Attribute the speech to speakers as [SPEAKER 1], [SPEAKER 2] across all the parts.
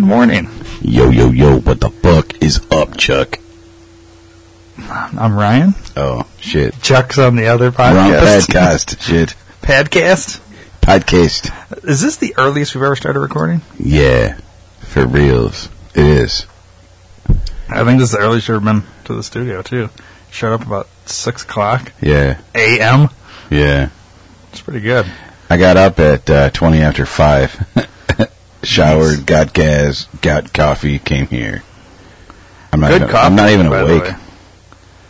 [SPEAKER 1] morning.
[SPEAKER 2] Yo, yo, yo, what the fuck is up, Chuck?
[SPEAKER 1] I'm Ryan.
[SPEAKER 2] Oh, shit.
[SPEAKER 1] Chuck's on the other
[SPEAKER 2] Wrong
[SPEAKER 1] podcast.
[SPEAKER 2] podcast. shit.
[SPEAKER 1] Podcast?
[SPEAKER 2] Podcast.
[SPEAKER 1] Is this the earliest we've ever started recording?
[SPEAKER 2] Yeah. For reals. It is.
[SPEAKER 1] I think this is the earliest we've been to the studio, too. Showed up about 6 o'clock
[SPEAKER 2] Yeah.
[SPEAKER 1] a.m.
[SPEAKER 2] Yeah.
[SPEAKER 1] It's pretty good.
[SPEAKER 2] I got up at uh, 20 after 5. Showered, got gas, got coffee, came here. I'm not
[SPEAKER 1] good
[SPEAKER 2] even,
[SPEAKER 1] coffee.
[SPEAKER 2] I'm not even
[SPEAKER 1] by the
[SPEAKER 2] awake.
[SPEAKER 1] way.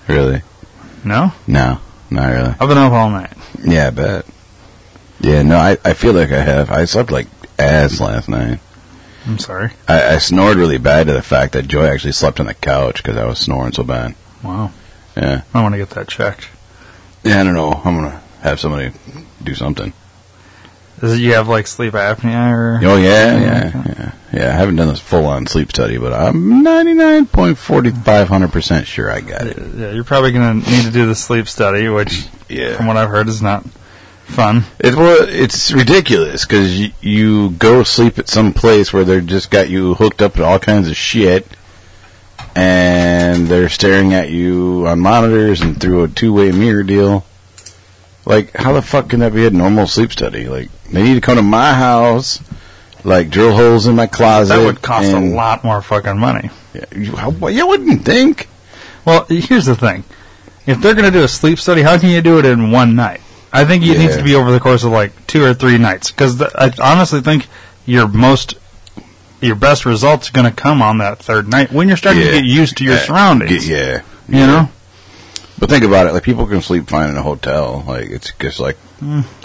[SPEAKER 2] Really?
[SPEAKER 1] No?
[SPEAKER 2] No. Not really.
[SPEAKER 1] I've been up all night.
[SPEAKER 2] Yeah, I bet. Yeah, no, I, I feel like I have. I slept like ass last night.
[SPEAKER 1] I'm sorry.
[SPEAKER 2] I, I snored really bad to the fact that Joy actually slept on the couch because I was snoring so bad.
[SPEAKER 1] Wow.
[SPEAKER 2] Yeah.
[SPEAKER 1] I want to get that checked.
[SPEAKER 2] Yeah, I don't know. I'm gonna have somebody do something.
[SPEAKER 1] Is it you have, like, sleep apnea or...
[SPEAKER 2] Oh yeah, yeah, yeah, yeah. I haven't done this full on sleep study, but I'm 99.4500 percent sure I got it.
[SPEAKER 1] Yeah, you're probably going to need to do the sleep study, which, from
[SPEAKER 2] Yeah.
[SPEAKER 1] what I've heard, is not fun.
[SPEAKER 2] It, well, it's ridiculous because you, you go sleep at some place where they're just got you hooked up to all kinds of shit. And they're staring at you on monitors and through a two-way mirror deal. Like, how the fuck can that be a normal sleep study? Like, they need to come to my house, like drill holes in my closet.
[SPEAKER 1] That would cost
[SPEAKER 2] and-
[SPEAKER 1] a lot more fucking money.
[SPEAKER 2] Yeah, you, how, well, you wouldn't think.
[SPEAKER 1] Well, here's the thing. If they're going to do a sleep study, how can you do it in one night? I think it
[SPEAKER 2] Yeah.
[SPEAKER 1] needs to be over the course of like two or three nights because I honestly think your most your best results going to come on that third night when you're starting
[SPEAKER 2] Yeah.
[SPEAKER 1] to get used to your
[SPEAKER 2] Uh,
[SPEAKER 1] surroundings.
[SPEAKER 2] Yeah,
[SPEAKER 1] You know,
[SPEAKER 2] But think about it, like people can sleep fine in a hotel. Like it's just like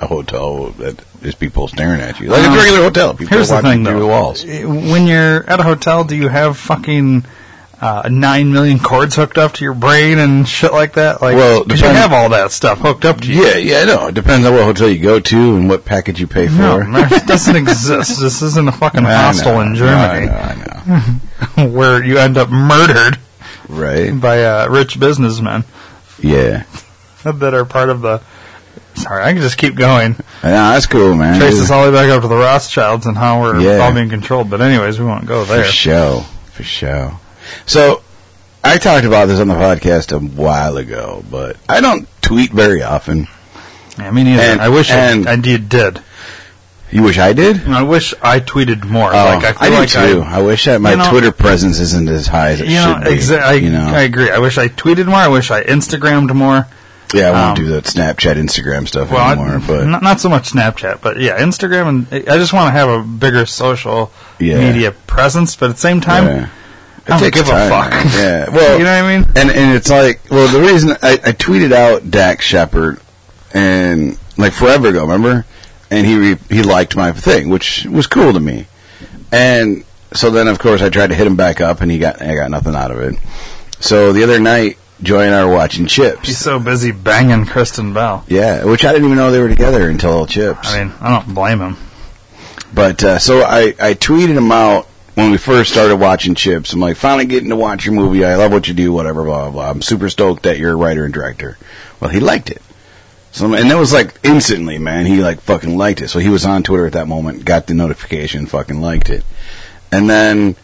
[SPEAKER 2] a hotel that is people staring at you. Like it's a
[SPEAKER 1] Uh,
[SPEAKER 2] regular hotel. People
[SPEAKER 1] here's
[SPEAKER 2] are
[SPEAKER 1] the
[SPEAKER 2] watching
[SPEAKER 1] thing
[SPEAKER 2] through
[SPEAKER 1] though. Eh,
[SPEAKER 2] the walls.
[SPEAKER 1] When you're at a hotel, do you have fucking uh, nine million cords hooked up to your brain and shit like that? Like,
[SPEAKER 2] Well,
[SPEAKER 1] 'cause you
[SPEAKER 2] depend-
[SPEAKER 1] have all that stuff hooked up to you.
[SPEAKER 2] Yeah, yeah, no. It depends on what hotel you go to and what package you pay for.
[SPEAKER 1] No, it doesn't exist. This isn't a fucking
[SPEAKER 2] I know,
[SPEAKER 1] hostel in Germany.
[SPEAKER 2] I know, I know.
[SPEAKER 1] where you end up murdered
[SPEAKER 2] right?
[SPEAKER 1] by uh, rich businessmen
[SPEAKER 2] Yeah.
[SPEAKER 1] that are part of the. Sorry, I can just keep going.
[SPEAKER 2] I know, that's cool, man.
[SPEAKER 1] Trace
[SPEAKER 2] This
[SPEAKER 1] this
[SPEAKER 2] is
[SPEAKER 1] all the way back up to the Rothschilds and how we're
[SPEAKER 2] Yeah.
[SPEAKER 1] all being controlled. But anyways, we won't go
[SPEAKER 2] for
[SPEAKER 1] there.
[SPEAKER 2] show, for show. So I talked about this on the podcast a while ago, but I don't tweet very often.
[SPEAKER 1] Yeah, me neither.
[SPEAKER 2] And-
[SPEAKER 1] I wish
[SPEAKER 2] and-
[SPEAKER 1] I, I did, did.
[SPEAKER 2] You wish I did?
[SPEAKER 1] And I wish I tweeted more.
[SPEAKER 2] Oh,
[SPEAKER 1] like I feel
[SPEAKER 2] do
[SPEAKER 1] like
[SPEAKER 2] too. I, wish that my
[SPEAKER 1] You know-
[SPEAKER 2] Twitter presence isn't as high as
[SPEAKER 1] I,
[SPEAKER 2] it
[SPEAKER 1] you know,
[SPEAKER 2] should be.
[SPEAKER 1] exa- I,
[SPEAKER 2] you know,
[SPEAKER 1] I agree. I wish I tweeted more. I wish I Instagrammed more.
[SPEAKER 2] yeah, I won't
[SPEAKER 1] um,
[SPEAKER 2] do that Snapchat, Instagram stuff
[SPEAKER 1] Well, I-
[SPEAKER 2] anymore. but
[SPEAKER 1] not, not so much Snapchat, but yeah, Instagram and I just want to have a bigger social
[SPEAKER 2] Yeah.
[SPEAKER 1] media presence. But at the same time,
[SPEAKER 2] yeah.
[SPEAKER 1] I don't
[SPEAKER 2] takes
[SPEAKER 1] give
[SPEAKER 2] time,
[SPEAKER 1] a fuck.
[SPEAKER 2] man. Yeah, well,
[SPEAKER 1] you know what I mean?
[SPEAKER 2] and and it's like, well, the reason I, I tweeted out Dax Shepard and like forever ago, remember? And he re- he liked my thing, which was cool to me. And so then, of course, I tried to hit him back up, and he got I got nothing out of it. So the other night, Joy and I were watching Chips.
[SPEAKER 1] He's so busy banging Kristen Bell.
[SPEAKER 2] Yeah, which I didn't even know they were together until Chips.
[SPEAKER 1] I mean, I don't blame him.
[SPEAKER 2] but uh, so I, I tweeted him out when we first started watching Chips. I'm like, finally getting to watch your movie. I love what you do, whatever, blah, blah, blah. I'm super stoked that you're a writer and director. Well, he liked it. So, and that was like instantly, man. He like fucking liked it. So he was on Twitter at that moment, got the notification, fucking liked it. And then,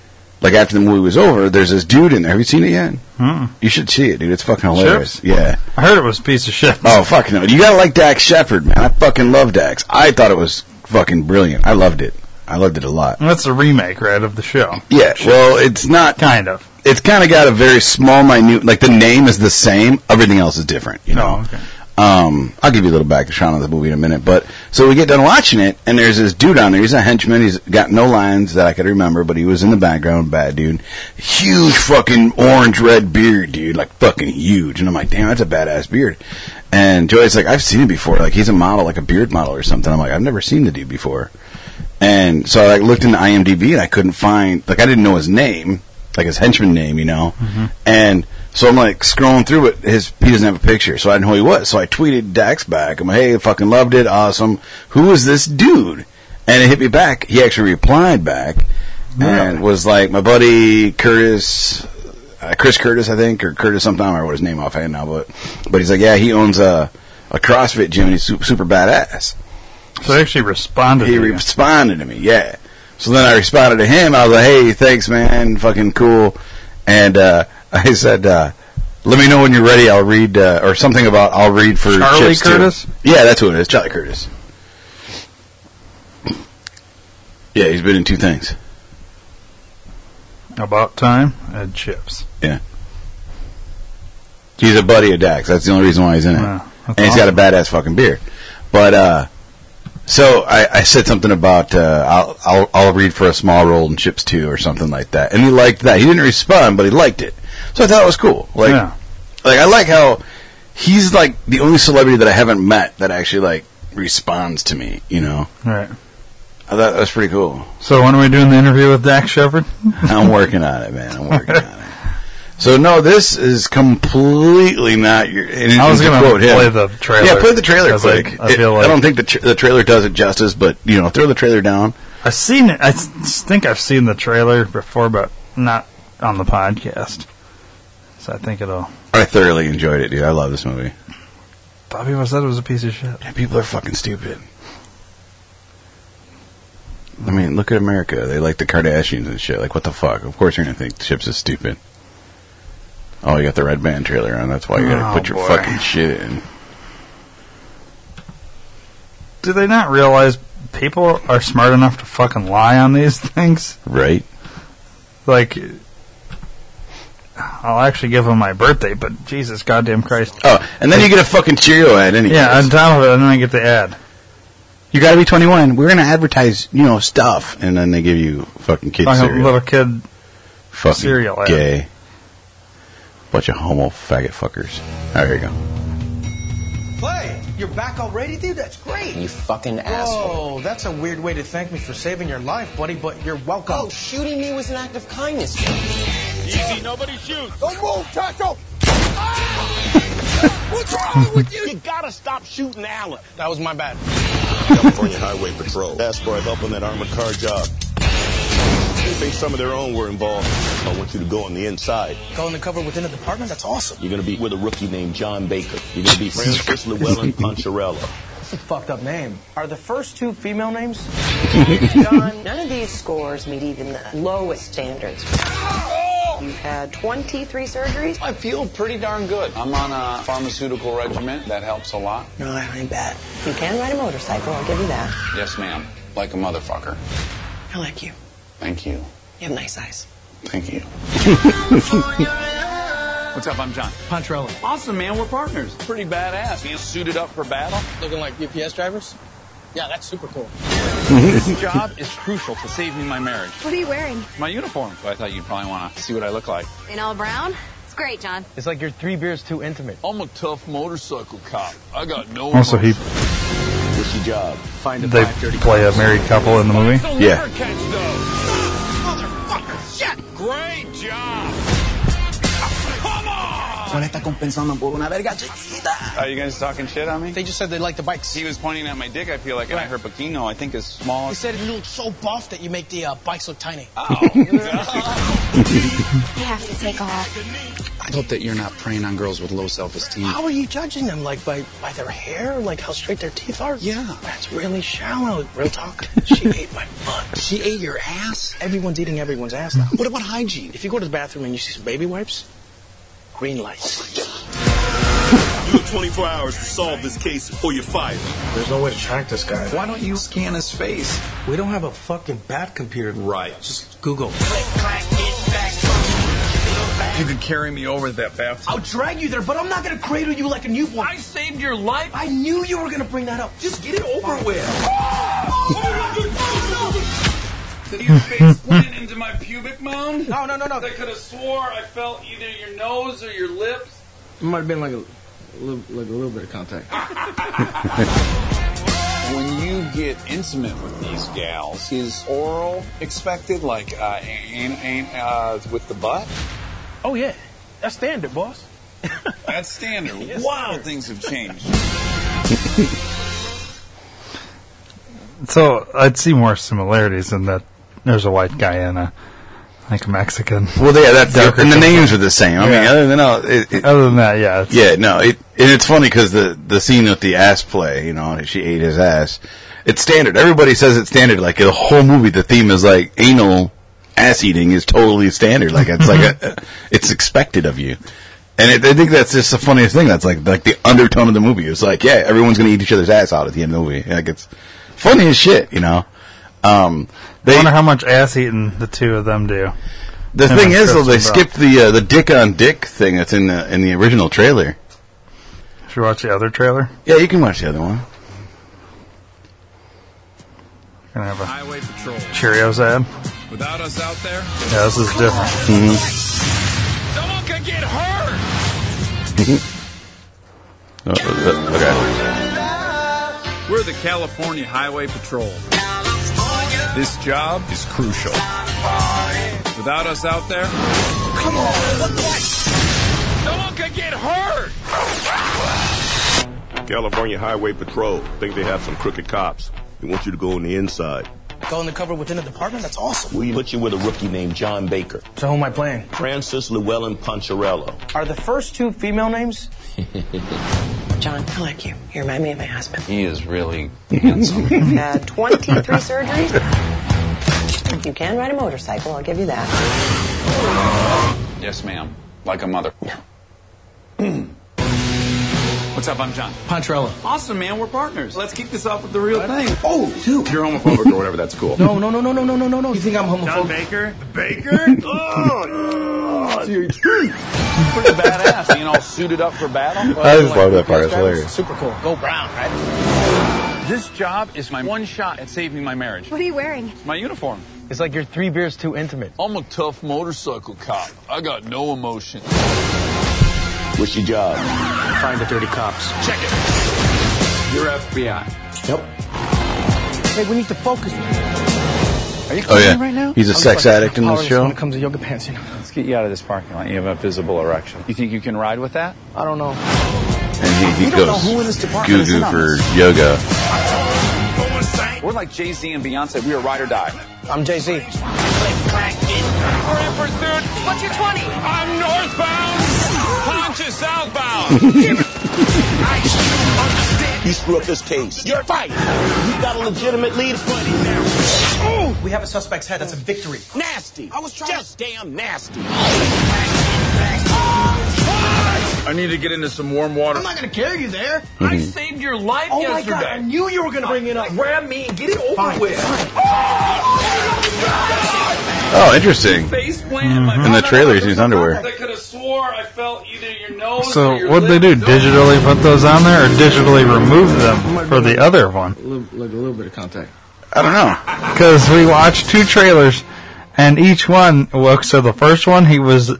[SPEAKER 2] like after the movie was over, there's this dude in there. Have you seen it yet?
[SPEAKER 1] Mm.
[SPEAKER 2] You should see it, dude. It's fucking hilarious.
[SPEAKER 1] Chips?
[SPEAKER 2] Yeah.
[SPEAKER 1] I heard it was a piece of shit.
[SPEAKER 2] Oh fuck no! You gotta like Dax Shepard, man. I fucking love Dax. I thought it was fucking brilliant. I loved it. I loved it a lot.
[SPEAKER 1] That's a remake, right, of the show.
[SPEAKER 2] Yeah. Well, it's not.
[SPEAKER 1] Kind of.
[SPEAKER 2] It's kind of got a very small, minute. Like the name is the same. Everything else is different. You
[SPEAKER 1] No,
[SPEAKER 2] know.
[SPEAKER 1] Oh, okay.
[SPEAKER 2] Um, I'll give you a little background on the movie in a minute, but so we get done watching it, and there's this dude on there. He's a henchman. He's got no lines that I could remember, but he was in the background, bad dude. Huge fucking orange red beard, dude, like fucking huge. And I'm like, damn, that's a badass beard. And Joy's like, I've seen it before. Like he's a model, like a beard model or something. I'm like, I've never seen the dude before. And so I like looked into IMDb and I couldn't find like I didn't know his name, like his henchman name, you know. And so I'm like scrolling through it. His he doesn't have a picture, so I didn't know who he was. So I tweeted Dax back. I'm like, hey, fucking loved it, awesome. Who is this dude? And it hit me back. He actually replied back and was like, my buddy Curtis, uh, Chris Curtis, I think, or Curtis something. I don't remember what his name offhand now, but but he's like, yeah, he owns a a CrossFit gym and he's super, super badass.
[SPEAKER 1] So they actually responded
[SPEAKER 2] He
[SPEAKER 1] to you.
[SPEAKER 2] responded to me, yeah. So then I responded to him. I was like, "Hey, thanks, man. Fucking cool." And uh, I said, uh, "Let me know when you're ready. I'll read uh, or something about I'll read for
[SPEAKER 1] Charlie
[SPEAKER 2] chips too."
[SPEAKER 1] Curtis?
[SPEAKER 2] Yeah, that's who it is. Charlie Curtis. Yeah, he's been in two things.
[SPEAKER 1] About time and chips.
[SPEAKER 2] He's a buddy of Dax. That's the only reason why he's in it.
[SPEAKER 1] Wow, that's
[SPEAKER 2] and he's
[SPEAKER 1] awesome.
[SPEAKER 2] got a badass fucking beer. But uh, so I, I said something about uh, I'll, I'll I'll read for a small role in Chips Two or something like that, and he liked that. He didn't respond, but he liked it. So I thought it was cool. Like
[SPEAKER 1] yeah.
[SPEAKER 2] like I like how he's like the only celebrity that I haven't met that actually like responds to me. You know,
[SPEAKER 1] Right.
[SPEAKER 2] I thought that was pretty cool.
[SPEAKER 1] So when are we doing the interview with Dax Shepard?
[SPEAKER 2] I'm working on it, man. I'm working on it. So no, this is completely not your. and
[SPEAKER 1] I was
[SPEAKER 2] to
[SPEAKER 1] gonna
[SPEAKER 2] quote him-
[SPEAKER 1] play the trailer.
[SPEAKER 2] Yeah, play the trailer
[SPEAKER 1] 'cause
[SPEAKER 2] quick. It-
[SPEAKER 1] I, I feel like I
[SPEAKER 2] don't think the, tra- the trailer does it justice, but you know, throw the trailer down.
[SPEAKER 1] have seen it. I s- think I've seen the trailer before, but not on the podcast. So I think it'll.
[SPEAKER 2] I thoroughly enjoyed it, dude. I love this movie.
[SPEAKER 1] Bobby was said it was a piece of shit.
[SPEAKER 2] Man, people are fucking stupid. I mean, look at America. They like the Kardashians and shit. Like, what the fuck? Of course, you're gonna think Chips is stupid. Oh, you got the red band trailer on. That's why you gotta
[SPEAKER 1] Oh,
[SPEAKER 2] put your
[SPEAKER 1] boy.
[SPEAKER 2] fucking shit in.
[SPEAKER 1] Do they not realize people are smart enough to fucking lie on these things?
[SPEAKER 2] Right?
[SPEAKER 1] Like, I'll actually give them my birthday, but Jesus goddamn Christ.
[SPEAKER 2] Oh, and then you get a fucking Cheerio ad anyway.
[SPEAKER 1] Yeah, on top of it, and then I get the ad.
[SPEAKER 2] You got to be 21. We're going to advertise, you know, stuff. And then they give you fucking kid
[SPEAKER 1] Like a
[SPEAKER 2] cereal.
[SPEAKER 1] little kid.
[SPEAKER 2] fucking
[SPEAKER 1] cereal ad.
[SPEAKER 2] gay. Bunch of homo faggot fuckers. All right, here you go.
[SPEAKER 3] Clay, you're back already, dude? That's great.
[SPEAKER 4] You fucking asshole.
[SPEAKER 3] Whoa, that's a weird way to thank me for saving your life, buddy, but you're welcome.
[SPEAKER 4] Oh, shooting me was an act of kindness.
[SPEAKER 5] Easy, nobody shoot.
[SPEAKER 3] don't move, Taco!
[SPEAKER 5] Ah! What's wrong with you? You gotta stop shooting Alan.
[SPEAKER 3] That was my bad.
[SPEAKER 6] California Highway Patrol asked for help on that armored car job. They think some of their own were involved. I want you to go on the inside.
[SPEAKER 3] Go in the cover within the department? That's awesome.
[SPEAKER 6] You're going to be with a rookie named John Baker. You're going to be Francis Llewellyn Poncharello.
[SPEAKER 3] That's a fucked up name. Are the first two female names?
[SPEAKER 7] John, none of these scores meet even the lowest standards. You've had 23 surgeries.
[SPEAKER 8] I feel pretty darn good. I'm on a pharmaceutical regimen. That helps a lot.
[SPEAKER 7] No, I ain't bad. You can ride a motorcycle, I'll give you that.
[SPEAKER 8] Yes, ma'am. Like a motherfucker.
[SPEAKER 7] I like you.
[SPEAKER 8] Thank you.
[SPEAKER 7] You have nice eyes.
[SPEAKER 8] Thank you. What's up? I'm John.
[SPEAKER 3] Pontrello.
[SPEAKER 8] Awesome, man. We're partners. Pretty badass. Being suited up for battle.
[SPEAKER 4] Looking like UPS drivers? Yeah, that's super cool.
[SPEAKER 8] This job is crucial to save me my marriage.
[SPEAKER 9] What are you wearing?
[SPEAKER 8] My uniform. So I thought you'd probably want to see what I look like.
[SPEAKER 9] In all brown? It's great, John.
[SPEAKER 3] It's like you're three beers too intimate.
[SPEAKER 8] I'm a tough motorcycle cop. I got no.
[SPEAKER 1] Also, he
[SPEAKER 6] What's your job?
[SPEAKER 8] Find a
[SPEAKER 1] they play a married couple in the movie.
[SPEAKER 2] Yeah.
[SPEAKER 5] Catch those. Motherfucker, shit. Great job. Come on.
[SPEAKER 8] Are you guys talking shit on me?
[SPEAKER 3] They just said they like the bikes.
[SPEAKER 8] He was pointing at my dick. I feel like, and I heard Bikino. I think is small.
[SPEAKER 3] They said you look so buff that you make the uh, bikes look tiny.
[SPEAKER 8] Ah.
[SPEAKER 9] You have to take off.
[SPEAKER 8] I hope that you're not preying on girls with low self-esteem.
[SPEAKER 3] How are you judging them? Like by, by their hair? Like how straight their teeth are?
[SPEAKER 8] Yeah.
[SPEAKER 3] That's really shallow. Real talk. She ate my butt.
[SPEAKER 8] She ate your ass.
[SPEAKER 3] Everyone's eating everyone's ass now.
[SPEAKER 8] What about hygiene?
[SPEAKER 3] If you go to the bathroom and you see some baby wipes, green lights.
[SPEAKER 6] You have 24 hours to solve this case or you're fired.
[SPEAKER 3] There's no way to track this guy.
[SPEAKER 8] Why don't you scan his face?
[SPEAKER 3] We don't have a fucking bat computer.
[SPEAKER 6] Right.
[SPEAKER 3] Just Google.
[SPEAKER 8] You could carry me over to that bathtub.
[SPEAKER 3] I'll drag you there, but I'm not gonna cradle you like a newborn. I saved your life. Oh. I knew you were gonna bring that up. Just get it over with.
[SPEAKER 8] Did your face plant into my pubic mound?
[SPEAKER 3] No, no, no, no.
[SPEAKER 8] I could have swore I felt either your nose or your lips.
[SPEAKER 3] Might have been like a, like a little bit of contact.
[SPEAKER 8] When you get intimate with these gals, is oral expected? Like, uh, an, an, uh with the butt?
[SPEAKER 3] Oh yeah, that's standard, boss.
[SPEAKER 8] That's standard. wow, things have changed.
[SPEAKER 1] So I'd see more similarities in that there's a white guy and a like a Mexican.
[SPEAKER 2] Well, yeah, that's
[SPEAKER 1] Darker
[SPEAKER 2] and the
[SPEAKER 1] complexion.
[SPEAKER 2] names are the same. I mean,
[SPEAKER 1] Yeah.
[SPEAKER 2] other than all, it, it,
[SPEAKER 1] Other than that, yeah, it's,
[SPEAKER 2] yeah, no, it, and it's funny because the the scene with the ass play, you know, she ate his ass, It's standard. Everybody says it's standard. Like the whole movie, the theme is like anal ass eating is totally standard. Like it's like a, it's expected of you. And it, I think that's just the funniest thing. That's like like the undertone of the movie. It's like yeah, everyone's gonna eat each other's ass out at the end of the movie. Like it's funny as shit, you know. Um,
[SPEAKER 1] I
[SPEAKER 2] they,
[SPEAKER 1] wonder how much ass eating the two of them do.
[SPEAKER 2] the
[SPEAKER 1] how
[SPEAKER 2] thing
[SPEAKER 1] much
[SPEAKER 2] is, though, they
[SPEAKER 1] Christian
[SPEAKER 2] skipped the uh, the dick on dick thing that's in the in the original trailer.
[SPEAKER 1] Should we watch the other trailer?
[SPEAKER 2] Yeah, you can watch the other one.
[SPEAKER 1] We're gonna have
[SPEAKER 8] Highway patrol.
[SPEAKER 1] a Cheerios ad.
[SPEAKER 8] Without us out there,
[SPEAKER 1] Yeah, this is different.
[SPEAKER 5] Someone could get hurt.
[SPEAKER 2] Oh, uh, okay.
[SPEAKER 8] we're the California Highway Patrol. This job is crucial. Without us out there,
[SPEAKER 5] Someone could get hurt.
[SPEAKER 6] California Highway Patrol think they have some crooked cops. They want you to go on the inside.
[SPEAKER 3] Go undercover within a department? That's awesome.
[SPEAKER 6] We put you with a rookie named John Baker,
[SPEAKER 3] So who am I playing?
[SPEAKER 6] Francis Llewellyn Poncherello.
[SPEAKER 3] Are the first two female names?
[SPEAKER 7] John, I like you. You remind me of my husband.
[SPEAKER 10] He is really handsome.
[SPEAKER 7] You've had 23 surgeries. You can ride a motorcycle, I'll give you that.
[SPEAKER 10] yes, ma'am. Like a mother.
[SPEAKER 8] what's up? I'm John.
[SPEAKER 3] Pontrella.
[SPEAKER 8] Awesome, man. We're partners. Let's kick this off with the real thing.
[SPEAKER 3] Oh, dude.
[SPEAKER 8] You're homophobic or whatever. That's cool.
[SPEAKER 3] No, no, no, no, no, no, no, no, no. You think I'm
[SPEAKER 8] Oh.
[SPEAKER 3] homophobic?
[SPEAKER 8] Baker,
[SPEAKER 6] Baker? oh,
[SPEAKER 8] pretty badass. You know, all suited up for battle.
[SPEAKER 2] I just love that part. It's hilarious.
[SPEAKER 4] Super cool. Go brown, right?
[SPEAKER 10] This job is my one shot at saving my marriage.
[SPEAKER 9] What are you wearing?
[SPEAKER 10] My uniform.
[SPEAKER 3] It's like you're three beers too intimate.
[SPEAKER 10] I'm a tough motorcycle cop. I got no emotion.
[SPEAKER 6] What's your job?
[SPEAKER 4] Find the dirty cops.
[SPEAKER 8] You're FBI.
[SPEAKER 3] Hey, we need to focus.
[SPEAKER 2] Oh yeah, he's a sex addict in this show.
[SPEAKER 3] When it comes to yoga pants, you know.
[SPEAKER 10] Let's get you out of this parking lot. You have a visible erection. You think you can ride with that?
[SPEAKER 3] I don't know.
[SPEAKER 2] and he, he
[SPEAKER 3] We don't know
[SPEAKER 2] goes
[SPEAKER 3] who in this department
[SPEAKER 2] goo
[SPEAKER 3] is in
[SPEAKER 2] goo
[SPEAKER 3] on
[SPEAKER 2] for yoga.
[SPEAKER 10] We're like Jay Z and Beyonce. We are ride or die.
[SPEAKER 3] I'm Jay Z.
[SPEAKER 5] We're in pursuit. What's your 20? I'm northbound. Punch is southbound.
[SPEAKER 6] He screw up this case. You're fight. You got a legitimate lead buddy now.
[SPEAKER 3] We have a suspect's head. That's a victory.
[SPEAKER 6] Ooh, nasty. I was trying Just damn nasty.
[SPEAKER 8] I need to get into some warm water.
[SPEAKER 3] I'm not gonna carry you there.
[SPEAKER 5] I saved your life
[SPEAKER 3] Oh my
[SPEAKER 5] yesterday.
[SPEAKER 3] god, I knew you were gonna bring it up.
[SPEAKER 5] Grab me and get it over
[SPEAKER 3] Fine.
[SPEAKER 5] with.
[SPEAKER 2] Oh, interesting.
[SPEAKER 5] Face plant. my
[SPEAKER 2] In the
[SPEAKER 5] brother-
[SPEAKER 2] trailer, he's in his underwear.
[SPEAKER 5] I could have swore I felt either your nose or
[SPEAKER 1] So
[SPEAKER 5] your
[SPEAKER 1] what would they do?
[SPEAKER 5] lips.
[SPEAKER 1] Digitally put those on there, or digitally remove them for the other one?
[SPEAKER 3] Like a little bit of contact.
[SPEAKER 2] I don't know.
[SPEAKER 1] because we watched two trailers, and each one. Well, so the first one he was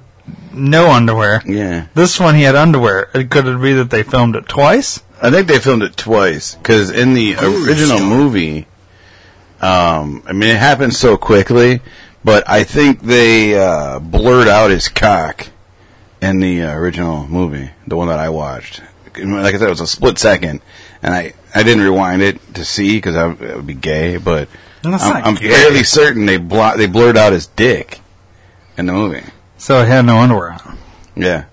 [SPEAKER 1] no underwear.
[SPEAKER 2] Yeah,
[SPEAKER 1] This one he had underwear. It could it be that they filmed it twice?
[SPEAKER 2] I think they filmed it twice because in the original movie, um, I mean, it happened so quickly, but I think they uh, blurred out his cock in the uh, original movie, the one that I watched. Like I said, it was a split second, and I I didn't rewind it to see because I, would- I would be gay, but
[SPEAKER 1] And that's
[SPEAKER 2] I'm,
[SPEAKER 1] not
[SPEAKER 2] I'm
[SPEAKER 1] gay.
[SPEAKER 2] fairly certain they blo- they blurred out his dick in the movie.
[SPEAKER 1] So he had no underwear on.
[SPEAKER 2] Yeah.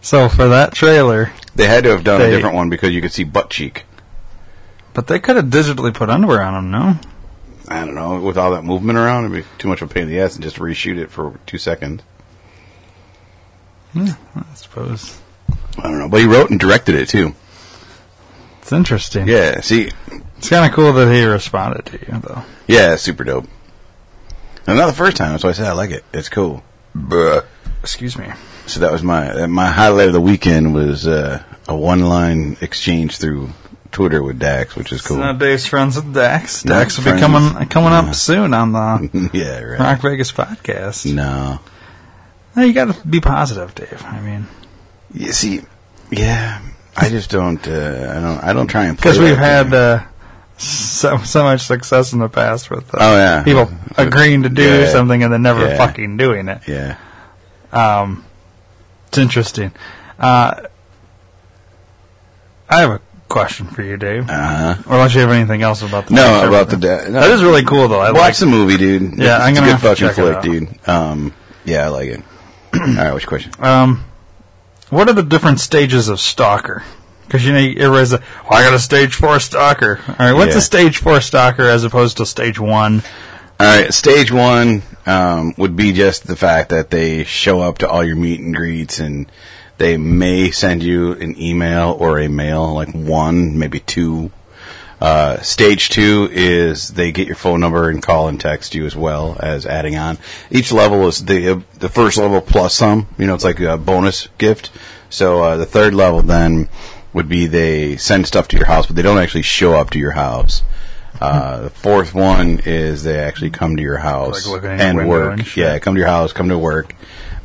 [SPEAKER 1] So for that trailer,
[SPEAKER 2] They had to have done a
[SPEAKER 1] They-
[SPEAKER 2] different one because you could see butt cheek.
[SPEAKER 1] but they could have digitally put underwear on him. No,
[SPEAKER 2] I don't know. With all that movement around, it'd be too much of a pain in the ass and just reshoot it for two seconds.
[SPEAKER 1] I suppose
[SPEAKER 2] I don't know. But he wrote and directed it too.
[SPEAKER 1] it's interesting.
[SPEAKER 2] Yeah. See.
[SPEAKER 1] It's kind of cool that he responded to you though.
[SPEAKER 2] Yeah. it's Super dope. And not the first time. That's why I said I like it. It's cool. Bruh.
[SPEAKER 1] Excuse me.
[SPEAKER 2] So that was my uh, my highlight of the weekend was uh, a one line exchange through Twitter with Dax, which is cool.
[SPEAKER 1] So now Dave's friends with Dax. Dax
[SPEAKER 2] Dax
[SPEAKER 1] will be
[SPEAKER 2] friends.
[SPEAKER 1] coming uh, coming
[SPEAKER 2] Yeah.
[SPEAKER 1] up soon on the
[SPEAKER 2] yeah. Right.
[SPEAKER 1] Rock Vegas podcast.
[SPEAKER 2] No.
[SPEAKER 1] Hey, you got to be positive, Dave. I mean.
[SPEAKER 2] You see. Yeah. I just don't. Uh, I don't. I don't try and play
[SPEAKER 1] Because we've
[SPEAKER 2] that
[SPEAKER 1] had
[SPEAKER 2] game.
[SPEAKER 1] uh, so so much success in the past with uh,
[SPEAKER 2] Oh, yeah.
[SPEAKER 1] people agreeing to do
[SPEAKER 2] Yeah.
[SPEAKER 1] something and then never
[SPEAKER 2] Yeah.
[SPEAKER 1] fucking doing it.
[SPEAKER 2] yeah.
[SPEAKER 1] It's interesting. Uh, I have a question for you, Dave.
[SPEAKER 2] Uh huh.
[SPEAKER 1] Or unless you have anything else about the
[SPEAKER 2] No,
[SPEAKER 1] picture.
[SPEAKER 2] about the da- no.
[SPEAKER 1] that is really cool though. I
[SPEAKER 2] Watch
[SPEAKER 1] like
[SPEAKER 2] the movie, dude.
[SPEAKER 1] Yeah,
[SPEAKER 2] it's
[SPEAKER 1] I'm gonna
[SPEAKER 2] a
[SPEAKER 1] have
[SPEAKER 2] good
[SPEAKER 1] to
[SPEAKER 2] fucking
[SPEAKER 1] check it
[SPEAKER 2] flick,
[SPEAKER 1] out.
[SPEAKER 2] dude. Um, yeah, I
[SPEAKER 1] Uh,
[SPEAKER 2] like it. All right, which question?
[SPEAKER 1] Um, what are the different stages of stalker? Because you know everybody's like, oh, I got a stage four stalker. All right, what's
[SPEAKER 2] Yeah.
[SPEAKER 1] a stage four stalker as opposed to stage one?
[SPEAKER 2] All right, stage one um, would be just the fact that they show up to all your meet and greets, and they may send you an email or a mail, like one, maybe two. Uh, stage two is they get your phone number and call and text you as well as adding on. Each level is the uh, the first level plus some. You know, it's like a bonus gift. So uh, the third level then would be they send stuff to your house, but they don't actually show up to your house. Uh, the fourth one is they actually come to your house
[SPEAKER 1] Like looking in your
[SPEAKER 2] and
[SPEAKER 1] window
[SPEAKER 2] work.
[SPEAKER 1] and shit.
[SPEAKER 2] yeah, come to your house, come to work.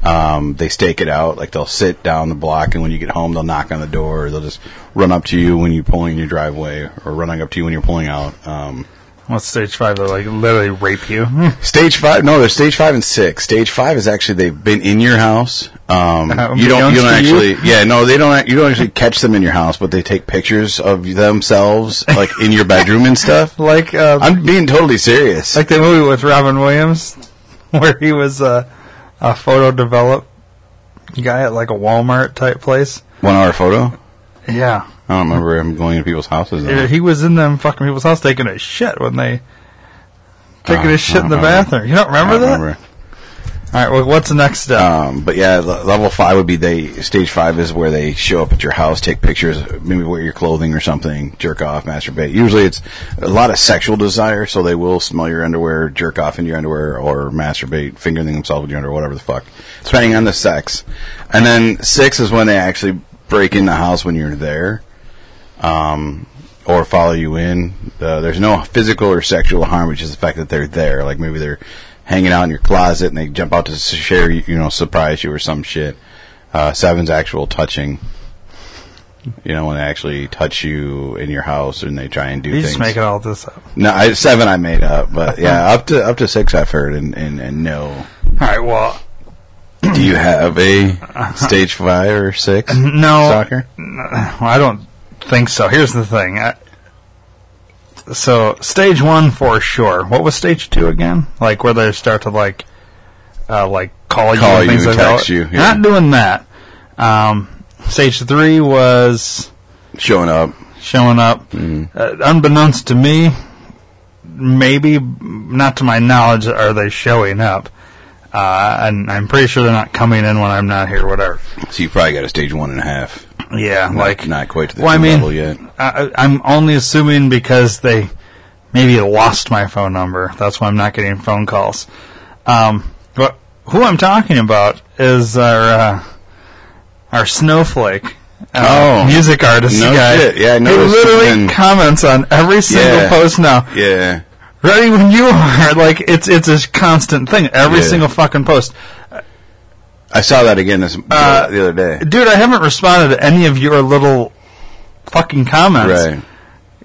[SPEAKER 2] Um, they stake it out. Like they'll sit down the block, and when you get home, they'll knock on the door. Or they'll just run up to you when you're pulling in your driveway, or running up to you when you're pulling out. Um,
[SPEAKER 1] What's stage five? They like literally rape you.
[SPEAKER 2] Stage five, no, there's stage five and six. Stage five is actually they've been in your house. Um,
[SPEAKER 1] Uh,
[SPEAKER 2] you don't, you don't
[SPEAKER 1] unbeknownst to
[SPEAKER 2] actually,
[SPEAKER 1] you?
[SPEAKER 2] yeah, no, they don't. You don't actually catch them in your house, but they take pictures of themselves, like in your bedroom and stuff.
[SPEAKER 1] like uh,
[SPEAKER 2] I'm being totally serious.
[SPEAKER 1] like the movie with Robin Williams, where he was uh, a photo develop guy at like a Walmart type place.
[SPEAKER 2] One hour photo.
[SPEAKER 1] Yeah,
[SPEAKER 2] I don't remember him going to people's houses.
[SPEAKER 1] Yeah,
[SPEAKER 2] though.
[SPEAKER 1] he was in them fucking people's house taking a shit when they taking
[SPEAKER 2] Uh,
[SPEAKER 1] a shit in the
[SPEAKER 2] I don't
[SPEAKER 1] bathroom. You don't
[SPEAKER 2] I
[SPEAKER 1] remember
[SPEAKER 2] don't
[SPEAKER 1] that?
[SPEAKER 2] remember.
[SPEAKER 1] All right. Well, what's the next step?
[SPEAKER 2] Um, but yeah, le- level five would be they stage five is where they show up at your house, take pictures, maybe wear your clothing or something, jerk off, masturbate. Usually it's a lot of sexual desire, so they will smell your underwear, jerk off in your underwear, or masturbate, fingering themselves with your underwear, whatever the fuck, depending on the sex. And then six is when they actually break in the house when you're there. Um, or follow you in. Uh, there's no physical or sexual harm, which is the fact that they're there. Like maybe they're hanging out in your closet and they jump out to s- share, you you know, surprise you or some shit. Uh, seven's actual touching. You know, when they actually touch you in your house and they try and do
[SPEAKER 1] He's
[SPEAKER 2] things.
[SPEAKER 1] just making all this up.
[SPEAKER 2] no, I, seven I made up, but yeah, up to up to six I've heard and and, and no.
[SPEAKER 1] All right. Well,
[SPEAKER 2] Do you have a stage five or six?
[SPEAKER 1] no.
[SPEAKER 2] Soccer?
[SPEAKER 1] Well, I don't think so. Here's the thing. I, so stage one for sure. What was stage two again? Like where they start to like, uh, like call,
[SPEAKER 2] Call
[SPEAKER 1] you, and
[SPEAKER 2] you,
[SPEAKER 1] things like
[SPEAKER 2] text
[SPEAKER 1] that.
[SPEAKER 2] you, yeah.
[SPEAKER 1] Not doing that. Um, stage three was
[SPEAKER 2] Showing up.
[SPEAKER 1] showing up,
[SPEAKER 2] Mm.
[SPEAKER 1] uh, unbeknownst to me. Maybe not to my knowledge are they showing up, uh, and I'm pretty sure they're not coming in when I'm not here. Whatever.
[SPEAKER 2] So you probably got a stage one and a half.
[SPEAKER 1] Yeah,
[SPEAKER 2] Not-
[SPEAKER 1] like
[SPEAKER 2] not quite to the
[SPEAKER 1] well, I
[SPEAKER 2] two
[SPEAKER 1] mean,
[SPEAKER 2] level yet.
[SPEAKER 1] I, I- I'm only assuming because they maybe lost my phone number. That's why I'm not getting phone calls. Um, but who I'm talking about is our uh, our snowflake. Uh,
[SPEAKER 2] Oh.
[SPEAKER 1] music artist
[SPEAKER 2] No
[SPEAKER 1] guy.
[SPEAKER 2] shit. Yeah, I
[SPEAKER 1] he
[SPEAKER 2] noticed
[SPEAKER 1] literally
[SPEAKER 2] something.
[SPEAKER 1] comments on every single
[SPEAKER 2] Yeah.
[SPEAKER 1] post now.
[SPEAKER 2] Yeah.
[SPEAKER 1] Ready when you are. Like it's it's a constant thing. Every
[SPEAKER 2] Yeah.
[SPEAKER 1] single fucking post.
[SPEAKER 2] I saw that again this
[SPEAKER 1] Uh,
[SPEAKER 2] the other day.
[SPEAKER 1] Dude, I haven't responded to any of your little fucking comments.
[SPEAKER 2] Right.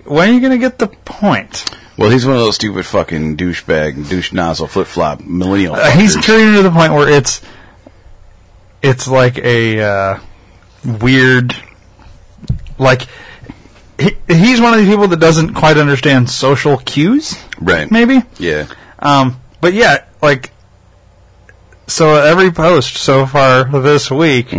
[SPEAKER 1] When are you going to get the point?
[SPEAKER 2] Well, he's one of those stupid fucking douchebag, douche nozzle, flip flop millennial.
[SPEAKER 1] Uh, he's
[SPEAKER 2] fuckers.
[SPEAKER 1] created to the point where it's it's like a uh, weird like he, he's one of these people that doesn't quite understand social cues
[SPEAKER 2] right?
[SPEAKER 1] maybe
[SPEAKER 2] Yeah.
[SPEAKER 1] um, but yeah like so every post so far this week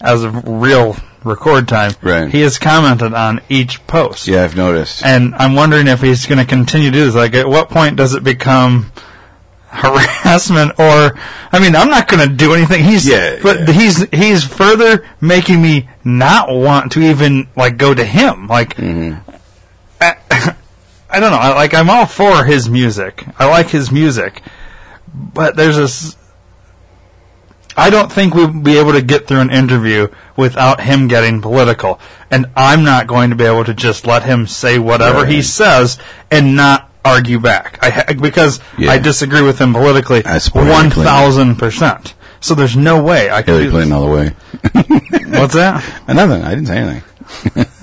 [SPEAKER 1] as of real record time
[SPEAKER 2] Mm-hmm. Right.
[SPEAKER 1] he has commented on each post
[SPEAKER 2] Yeah, I've noticed.
[SPEAKER 1] and I'm wondering if he's going to continue to do this. Like, at what point does it become harassment? Or, I mean, I'm not going to do anything. He's,
[SPEAKER 2] Yeah,
[SPEAKER 1] but
[SPEAKER 2] yeah.
[SPEAKER 1] he's he's further making me not want to even like go to him. Like,
[SPEAKER 2] Mm-hmm.
[SPEAKER 1] I, I don't know. I, like, I'm all for his music. I like his music, but there's this. I don't think we'll be able to get through an interview without him getting political. And I'm not going to be able to just let him say whatever he
[SPEAKER 2] Right.
[SPEAKER 1] says and not argue back. I ha- because
[SPEAKER 2] Yeah.
[SPEAKER 1] I disagree with him politically
[SPEAKER 2] I support Hillary Clinton.
[SPEAKER 1] 1000%. So there's no way I can
[SPEAKER 2] Hillary
[SPEAKER 1] do
[SPEAKER 2] Clinton all the way.
[SPEAKER 1] this. What's that?
[SPEAKER 2] And nothing. I didn't say anything.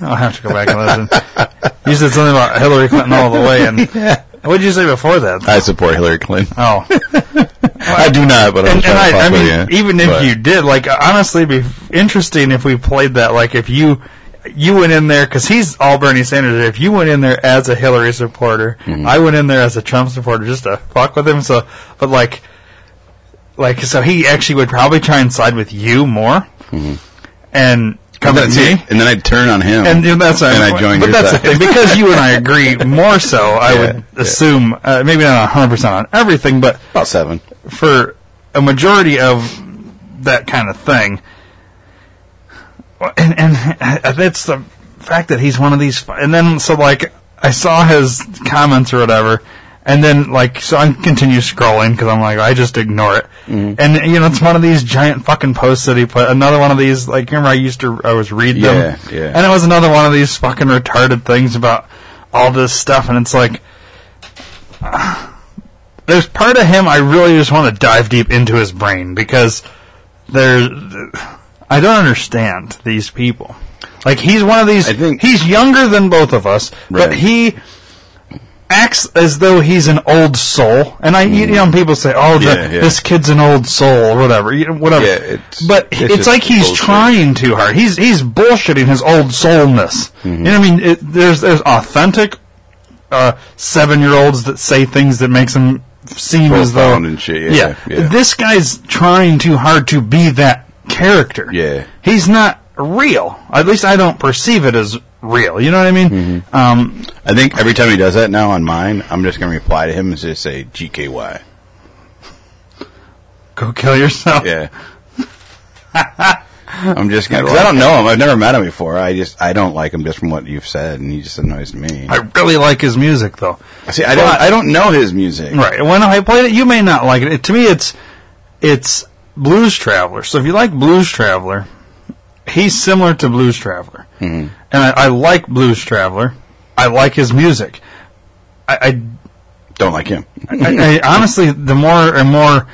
[SPEAKER 1] I'll have to go back and listen. you said something about Hillary Clinton all the way and what did you say before that?
[SPEAKER 2] I support Hillary Clinton.
[SPEAKER 1] oh.
[SPEAKER 2] I do not, but
[SPEAKER 1] and,
[SPEAKER 2] I'm
[SPEAKER 1] and
[SPEAKER 2] trying to
[SPEAKER 1] I, I
[SPEAKER 2] fuck with
[SPEAKER 1] mean,
[SPEAKER 2] you.
[SPEAKER 1] even if
[SPEAKER 2] But-
[SPEAKER 1] you did, like honestly, it'd be f- interesting if we played that. Like if you you went in there because he's all Bernie Sanders. If you went in there as a Hillary supporter,
[SPEAKER 2] Mm-hmm.
[SPEAKER 1] I went in there as a Trump supporter just to fuck with him. So, but like,
[SPEAKER 2] Mm-hmm.
[SPEAKER 1] like so he actually would probably try and side with you more, and come at
[SPEAKER 2] that's
[SPEAKER 1] me.
[SPEAKER 2] it. And then I'd turn on him.
[SPEAKER 1] And you know, that's
[SPEAKER 2] and I joined
[SPEAKER 1] But
[SPEAKER 2] your
[SPEAKER 1] that's
[SPEAKER 2] side.
[SPEAKER 1] the thing because you and I agree more so. I
[SPEAKER 2] Yeah,
[SPEAKER 1] would
[SPEAKER 2] yeah.
[SPEAKER 1] assume uh, maybe not hundred percent on everything, but
[SPEAKER 2] About seven.
[SPEAKER 1] for a majority of that kind of thing. Well, And, and I- that's the fact that he's one of these. And then, so like, I saw his comments or whatever. And then, like, so I continue scrolling because I'm like, I just ignore it.
[SPEAKER 2] Mm-hmm.
[SPEAKER 1] And, you know, it's one of these giant fucking posts that he put. Another one of these, like, remember I used to, I was read them.
[SPEAKER 2] Yeah, yeah.
[SPEAKER 1] And it was another one of these fucking retarded things about all this stuff. And it's like, there's part of him I really just want to dive deep into his brain because there I don't understand these people. Like he's one of these
[SPEAKER 2] I think-
[SPEAKER 1] he's younger than both of us, but
[SPEAKER 2] Right.
[SPEAKER 1] he acts as though he's an old soul. And I you know people say, "Oh, the,
[SPEAKER 2] Hmm. Yeah, yeah.
[SPEAKER 1] this kid's an old soul or whatever." you know, whatever.
[SPEAKER 2] Yeah, it's-
[SPEAKER 1] but
[SPEAKER 2] it's
[SPEAKER 1] it's,
[SPEAKER 2] just
[SPEAKER 1] like he's
[SPEAKER 2] bullshit.
[SPEAKER 1] trying too hard. He's he's bullshitting his old soulness.
[SPEAKER 2] Mm-hmm.
[SPEAKER 1] You know what I mean? It, there's there's authentic uh, seven year olds that say things that makes them seem as though
[SPEAKER 2] Profound and shit, yeah, yeah.
[SPEAKER 1] this guy's trying too hard to be that character.
[SPEAKER 2] Yeah.
[SPEAKER 1] he's not real. At least I don't perceive it as real. You know what I mean?
[SPEAKER 2] Mm-hmm.
[SPEAKER 1] Um,
[SPEAKER 2] I think every time he does that now on mine, I'm just going to reply to him and just say GKY.
[SPEAKER 1] go kill yourself.
[SPEAKER 2] Yeah. I'm just gonna. 'cause I don't know him. I've never met him before. I just I don't like him just from what you've said, and he just annoys me.
[SPEAKER 1] I really like his music though.
[SPEAKER 2] See, I don't.
[SPEAKER 1] But-
[SPEAKER 2] I don't know his music.
[SPEAKER 1] Right. When I played it, you may not like it. it. To me, it's it's Blues Traveler. So if you like Blues Traveler, he's similar to Blues Traveler, mm-hmm. and I, I like Blues Traveler. I like his music. I,
[SPEAKER 2] Don't like him.
[SPEAKER 1] I, I, I honestly, the more and more,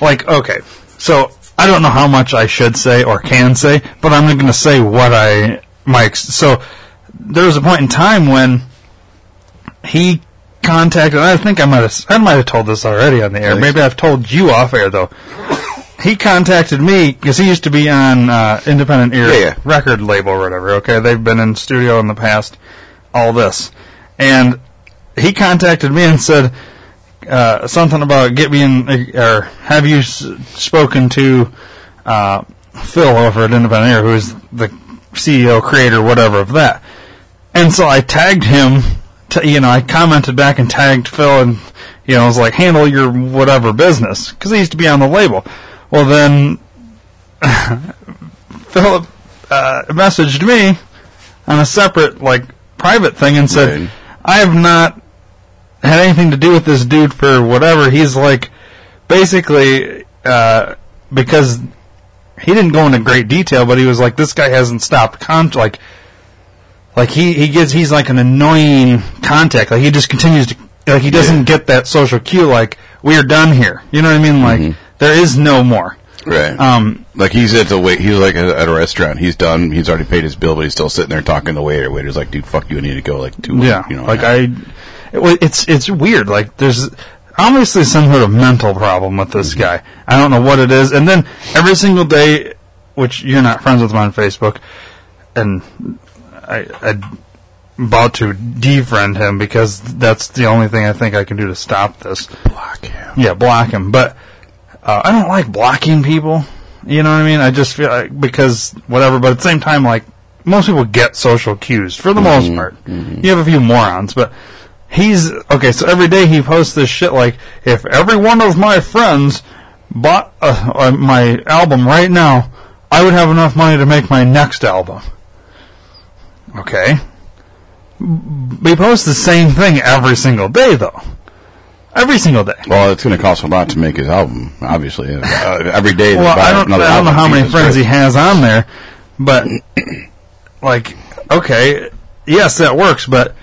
[SPEAKER 1] like okay, so I don't know how much I should say or can say, but I'm going to say what I my ex- so there was a point in time when he contacted. I think I might have I might have told this already on the air.
[SPEAKER 2] Thanks.
[SPEAKER 1] Maybe I've told you off air though. He contacted me because he used to be on uh, Independent Ear
[SPEAKER 2] Yeah, yeah.
[SPEAKER 1] record label or whatever. Okay, they've been in studio in the past. All this, and he contacted me and said uh, something about get me in uh, or have you s- spoken to uh, Phil over at Independent Air, who is the CEO, creator, whatever of that. And so I tagged him. T- you know, I commented back and tagged Phil, and you know, I was like, "Handle your whatever business," because he used to be on the label. Well, then Philip uh, messaged me on a separate, like, private thing and said,
[SPEAKER 2] Right.
[SPEAKER 1] "I have not had anything to do with this dude for whatever." He's like, basically, uh, because he didn't go into great detail, but he was like, "This guy hasn't stopped con like." Like he he gets he's like an annoying contact. Like he just continues to like he doesn't get that social cue. Like we are done here. You know what I mean? Like there is no more.
[SPEAKER 2] Right.
[SPEAKER 1] Um,
[SPEAKER 2] like he's at the wait. He's like at at a restaurant. He's done. He's already paid his bill, but he's still sitting there talking to the waiter. Waiter's like, "Dude, fuck you. I need to go." Like two.
[SPEAKER 1] Yeah,
[SPEAKER 2] You know.
[SPEAKER 1] like
[SPEAKER 2] and
[SPEAKER 1] I, it, well, it's it's weird. Like there's obviously some sort of mental problem with this
[SPEAKER 2] Mm-hmm.
[SPEAKER 1] guy. I don't know what it is. And then every single day, which you're not friends with him on Facebook, and I I about to defriend him because that's the only thing I think I can do to stop this.
[SPEAKER 2] block him.
[SPEAKER 1] Yeah, block him. But uh, I don't like blocking people. You know what I mean? I just feel like because whatever. But at the same time, like most people get social cues for the most part. You have a few morons, but he's okay. So every day he posts this shit like, if every one of my friends bought uh, uh, my album right now, I would have enough money to make my next album. Okay. B- He posts the same thing every single day, though. Every single day.
[SPEAKER 2] Well, it's going to cost a lot to make his album. Obviously, uh, every day. they
[SPEAKER 1] Well,
[SPEAKER 2] buy
[SPEAKER 1] I don't,
[SPEAKER 2] another
[SPEAKER 1] I don't know
[SPEAKER 2] album.
[SPEAKER 1] how many
[SPEAKER 2] Jesus
[SPEAKER 1] friends
[SPEAKER 2] Christ.
[SPEAKER 1] he has on there, but like, okay, yes, that works, but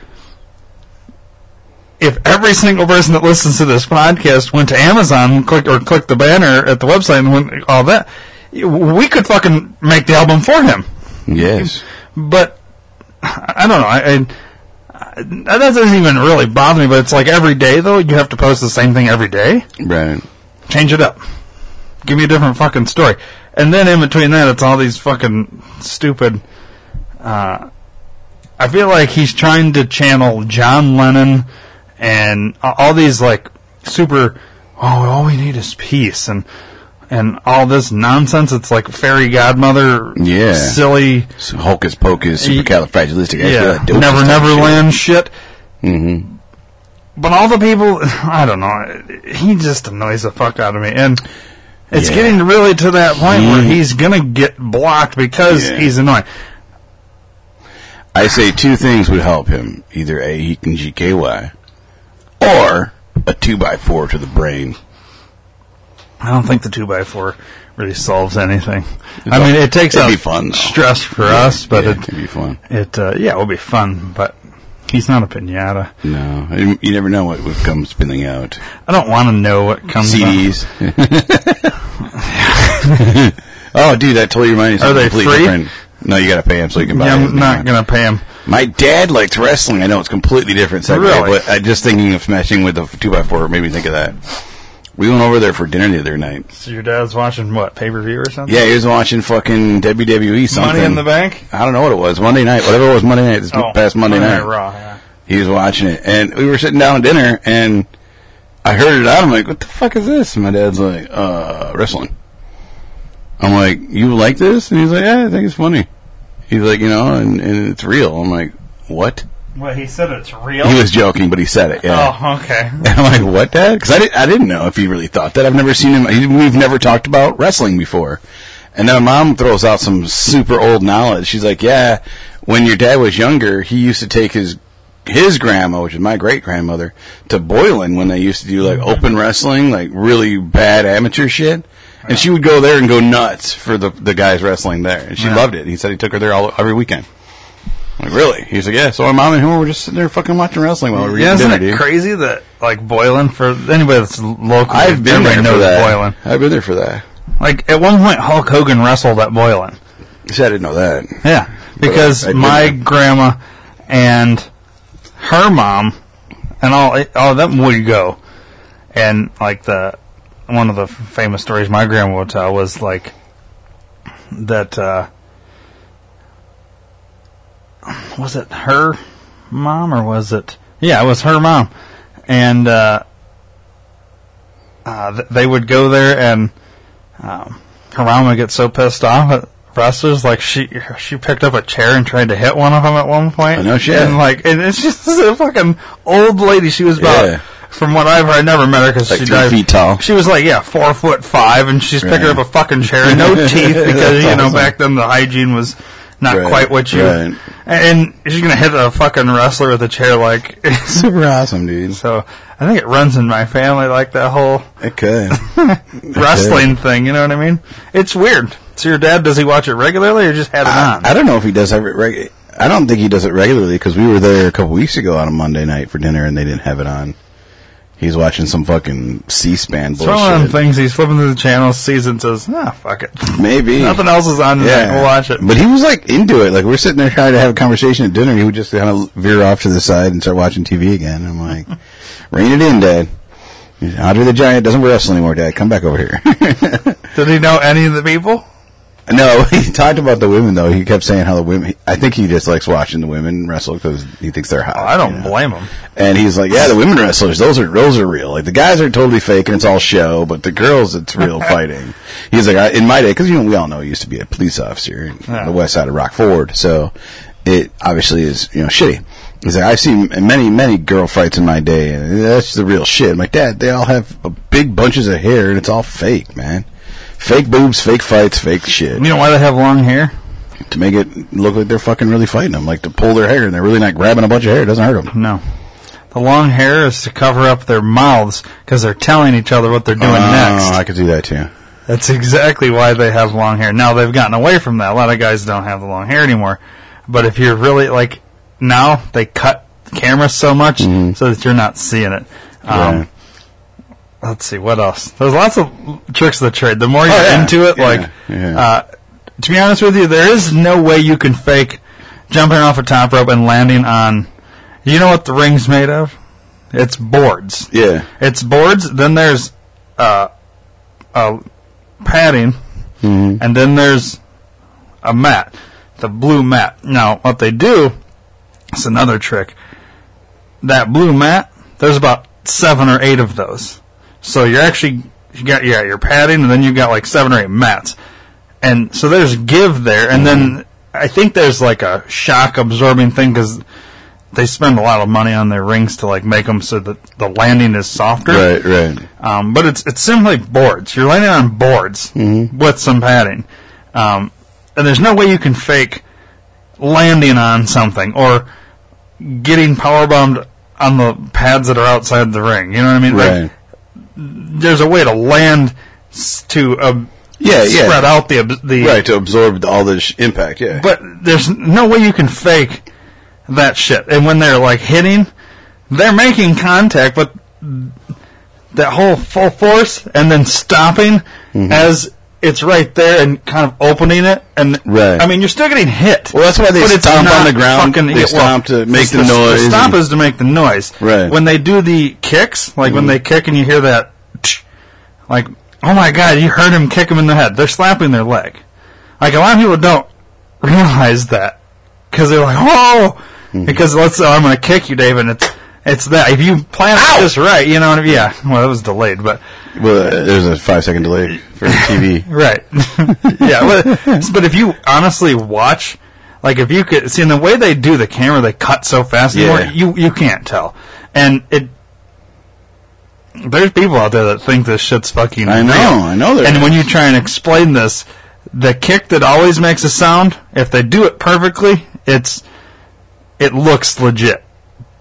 [SPEAKER 1] if every single person that listens to this podcast went to Amazon, click or clicked the banner at the website and went all that, we could fucking make the album for him.
[SPEAKER 2] Yes.
[SPEAKER 1] But I I don't know. I, I I- that doesn't even really bother me. But it's like every day though, you have to post the same thing every day
[SPEAKER 2] Right.
[SPEAKER 1] change it up. Give me a different fucking story. And then in between that, it's all these fucking stupid. Uh, I feel like he's trying to channel John Lennon and a- all these like super. Oh, all we need is peace, and and all this nonsense. It's like fairy godmother,
[SPEAKER 2] Yeah.
[SPEAKER 1] silly,
[SPEAKER 2] Some hocus pocus, supercalifragilistic.
[SPEAKER 1] yeah, never Neverland shit.
[SPEAKER 2] Mm-hmm.
[SPEAKER 1] But all the people, I don't know, he just annoys the fuck out of me, and it's
[SPEAKER 2] Yeah.
[SPEAKER 1] getting really to that point where
[SPEAKER 2] He-
[SPEAKER 1] he's gonna get blocked because
[SPEAKER 2] Yeah.
[SPEAKER 1] he's annoying.
[SPEAKER 2] I say two things would help him: either a he can GKY, or a two by four to the brain.
[SPEAKER 1] I don't think the two by four really solves anything. I mean, it takes
[SPEAKER 2] It'd
[SPEAKER 1] out
[SPEAKER 2] be fun, though.
[SPEAKER 1] stress for
[SPEAKER 2] Yeah,
[SPEAKER 1] us, but
[SPEAKER 2] yeah,
[SPEAKER 1] it
[SPEAKER 2] it'd be fun.
[SPEAKER 1] It uh, yeah, it would be fun, but he's not a pinata.
[SPEAKER 2] No, you you never know what would come spinning out.
[SPEAKER 1] I don't want to know what comes.
[SPEAKER 2] CDs. oh, dude, that totally reminds me.
[SPEAKER 1] Are
[SPEAKER 2] of
[SPEAKER 1] they
[SPEAKER 2] completely
[SPEAKER 1] free?
[SPEAKER 2] Different. No, you got to pay him so you can
[SPEAKER 1] Up.
[SPEAKER 2] buy
[SPEAKER 1] Yeah,
[SPEAKER 2] it.
[SPEAKER 1] I'm not gonna pay him.
[SPEAKER 2] My dad likes wrestling. I know it's completely different segue,
[SPEAKER 1] Really?
[SPEAKER 2] but I just thinking of smashing with the two by four made me think of that. We went over there for dinner the other night.
[SPEAKER 1] So your dad's watching what pay per view or something?
[SPEAKER 2] Yeah, he was watching fucking WWE something.
[SPEAKER 1] Money in the Bank.
[SPEAKER 2] I don't know what it was. Monday night, whatever it was. Monday night, this
[SPEAKER 1] Oh,
[SPEAKER 2] past Monday night.
[SPEAKER 1] Raw. yeah.
[SPEAKER 2] He was watching it, and we were sitting down at dinner, and I heard it out. I'm like, "What the fuck is this?" And my dad's like, "Uh, wrestling." I'm like, "You like this?" And he's like, "Yeah, I think it's funny." He's like, "You know, and, and it's real." I'm like, "What?"
[SPEAKER 1] Well, he said it's real.
[SPEAKER 2] He was joking, but he said it. Yeah.
[SPEAKER 1] Oh, okay.
[SPEAKER 2] And I'm like, what, Dad? Because I, did, I didn't know if he really thought that. I've never seen him. he- We've never talked about wrestling before. And then my mom throws out some super old knowledge. She's like, yeah, when your dad was younger, he used to take his his grandma, which is my great grandmother, to Boylan when they used to do like open wrestling, like really bad amateur shit. And she would go there and go nuts for the the guys wrestling there, and she
[SPEAKER 1] Yeah.
[SPEAKER 2] loved it. He said he took her there all every weekend. I'm like really? He's like, yeah. So my mom and him were just sitting there fucking watching wrestling while we were
[SPEAKER 1] Yeah,
[SPEAKER 2] eating
[SPEAKER 1] isn't
[SPEAKER 2] dinner,
[SPEAKER 1] it
[SPEAKER 2] dude.
[SPEAKER 1] crazy that like Boylan for anybody that's local?
[SPEAKER 2] I've been
[SPEAKER 1] everybody
[SPEAKER 2] there for
[SPEAKER 1] knows
[SPEAKER 2] that.
[SPEAKER 1] Boylan.
[SPEAKER 2] I've been there for that.
[SPEAKER 1] Like at one point, Hulk Hogan wrestled at Boylan.
[SPEAKER 2] See, I didn't know that.
[SPEAKER 1] Yeah, because
[SPEAKER 2] I didn't.
[SPEAKER 1] my grandma and her mom and all all of them would go, and like the one of the famous stories my grandma would tell was like that uh, was it her mom or was it yeah it was her mom and uh, uh, th- they would go there and um, her mom would get so pissed off at wrestlers like she she picked up a chair and tried to hit one of them at one point
[SPEAKER 2] I know she
[SPEAKER 1] and
[SPEAKER 2] did.
[SPEAKER 1] like and it's just a fucking old lady she was about
[SPEAKER 2] Yeah.
[SPEAKER 1] from what I've heard I never met her because
[SPEAKER 2] Like
[SPEAKER 1] she
[SPEAKER 2] three
[SPEAKER 1] died
[SPEAKER 2] feet tall.
[SPEAKER 1] she was like yeah four foot five and she's picking
[SPEAKER 2] Right.
[SPEAKER 1] up a fucking chair no teeth because
[SPEAKER 2] That's
[SPEAKER 1] you know
[SPEAKER 2] awesome.
[SPEAKER 1] back then the hygiene was not
[SPEAKER 2] Right,
[SPEAKER 1] quite what you
[SPEAKER 2] right.
[SPEAKER 1] and she's gonna hit a fucking wrestler with a chair like
[SPEAKER 2] Super awesome, dude.
[SPEAKER 1] so I think it runs in my family like that whole
[SPEAKER 2] It could.
[SPEAKER 1] wrestling thing. You know what I mean? It's weird. So your dad does he watch it regularly or just had it
[SPEAKER 2] I,
[SPEAKER 1] on?
[SPEAKER 2] Ah, I don't know if he does have it. Reg- I don't think he does it regularly because we were there a couple weeks ago on a Monday night for dinner and they didn't have it on. He's watching some fucking C-SPAN
[SPEAKER 1] it's one of them
[SPEAKER 2] bullshit.
[SPEAKER 1] things. He's flipping through the channels, sees it, and says, "Ah, fuck it.
[SPEAKER 2] Maybe.
[SPEAKER 1] Nothing else is on tonight.
[SPEAKER 2] Yeah,
[SPEAKER 1] We'll watch it."
[SPEAKER 2] But he was like into it. Like we're sitting there trying to have a conversation at dinner. He would just kind of veer off to the side and start watching TV again. I'm like, rein it in, Dad. Andre the Giant doesn't wrestle anymore, Dad. Come back over here.
[SPEAKER 1] Did he know any of the people?
[SPEAKER 2] No, he talked about the women though. He kept saying how the women. I think he just likes watching the women wrestle because he thinks they're hot.
[SPEAKER 1] Oh, I don't
[SPEAKER 2] you know?
[SPEAKER 1] blame him.
[SPEAKER 2] And he's like, yeah, the women wrestlers, those are those are real. Like the guys are totally fake and it's all show, but the girls, it's real fighting. He's like, I, in my day, because you know we all know he used to be a police officer in
[SPEAKER 1] Yeah.
[SPEAKER 2] the west side of Rockford, so it obviously is you know shitty. He's like, I've seen many many girl fights in my day, and that's the real shit. I'm like, Dad, they all have uh, big bunches of hair and it's all fake, man. Fake boobs, fake fights, fake shit
[SPEAKER 1] You know why they have long hair?
[SPEAKER 2] to make it look like they're fucking really fighting them, like to pull their hair and they're really not grabbing a bunch of hair. It doesn't hurt them.
[SPEAKER 1] No. The long hair is to cover up their mouths because they're telling each other what they're doing
[SPEAKER 2] Ah.
[SPEAKER 1] next.
[SPEAKER 2] Oh, I could do that too.
[SPEAKER 1] That's exactly why they have long hair. Now they've gotten away from that. A lot of guys don't have the long hair anymore. But if you're really like now they cut cameras so much so that you're not seeing it. Um,
[SPEAKER 2] Mm-hmm. Yeah.
[SPEAKER 1] Let's see what else. There's lots of tricks of the trade. The more you're
[SPEAKER 2] Oh, yeah.
[SPEAKER 1] into it,
[SPEAKER 2] Yeah,
[SPEAKER 1] like
[SPEAKER 2] yeah.
[SPEAKER 1] Uh, to be honest with you, there is no way you can fake jumping off a top rope and landing on. You know what the ring's made of? It's boards.
[SPEAKER 2] Yeah.
[SPEAKER 1] It's boards. Then there's uh, uh, padding, and then there's a mat, the blue mat. Now, what they do, it's another trick. That blue mat, there's about seven or eight of those. So you're actually you got yeah your padding, and then you got like seven or eight mats, and so there's give there, and then I think there's like a shock absorbing thing because they spend a lot of money on their rings to like make them so that the landing is softer.
[SPEAKER 2] Right, right.
[SPEAKER 1] Um, but it's it's simply boards. You're landing on boards
[SPEAKER 2] Mm-hmm.
[SPEAKER 1] with some padding, um, and there's no way you can fake landing on something or getting power bombed on the pads that are outside the ring. You know what I mean?
[SPEAKER 2] Right.
[SPEAKER 1] Like, there's a way to land s- to um,
[SPEAKER 2] Yeah, yeah.
[SPEAKER 1] spread out the ab- the
[SPEAKER 2] Right, to absorb all the sh- impact, yeah.
[SPEAKER 1] but there's no way you can fake that shit. And when they're like hitting, they're making contact, but that whole full force and then stopping
[SPEAKER 2] Mm-hmm.
[SPEAKER 1] as it's right there and kind of opening it. And
[SPEAKER 2] Right.
[SPEAKER 1] I mean, you're still getting hit.
[SPEAKER 2] Well, that's why they
[SPEAKER 1] but it's
[SPEAKER 2] stomp on
[SPEAKER 1] not
[SPEAKER 2] the ground.
[SPEAKER 1] fucking
[SPEAKER 2] They
[SPEAKER 1] hit. Well,
[SPEAKER 2] stomp to make the noise
[SPEAKER 1] The stomp
[SPEAKER 2] and-
[SPEAKER 1] is to make the noise.
[SPEAKER 2] Right.
[SPEAKER 1] When they do the kicks, like when they kick and you hear that, tch, like, oh my god, you heard him kick him in the head. They're slapping their leg. Like a lot of people don't realize that because they're like, oh, because let's say I'm going to kick you, Dave, and it's it's that if you plan it just right, you know what I mean? Yeah, well, it was delayed, but
[SPEAKER 2] Well, uh, there's a five second delay for TV.
[SPEAKER 1] right, yeah, but, but if you honestly watch. Like if you could see in the way they do the camera, they cut so fast anymore.
[SPEAKER 2] Yeah.
[SPEAKER 1] You you can't tell, and it. There's people out there that think this shit's fucking.
[SPEAKER 2] I know,
[SPEAKER 1] real.
[SPEAKER 2] I know there
[SPEAKER 1] And
[SPEAKER 2] is.
[SPEAKER 1] when you try and explain this, the kick that always makes a sound, if they do it perfectly, it's it looks legit.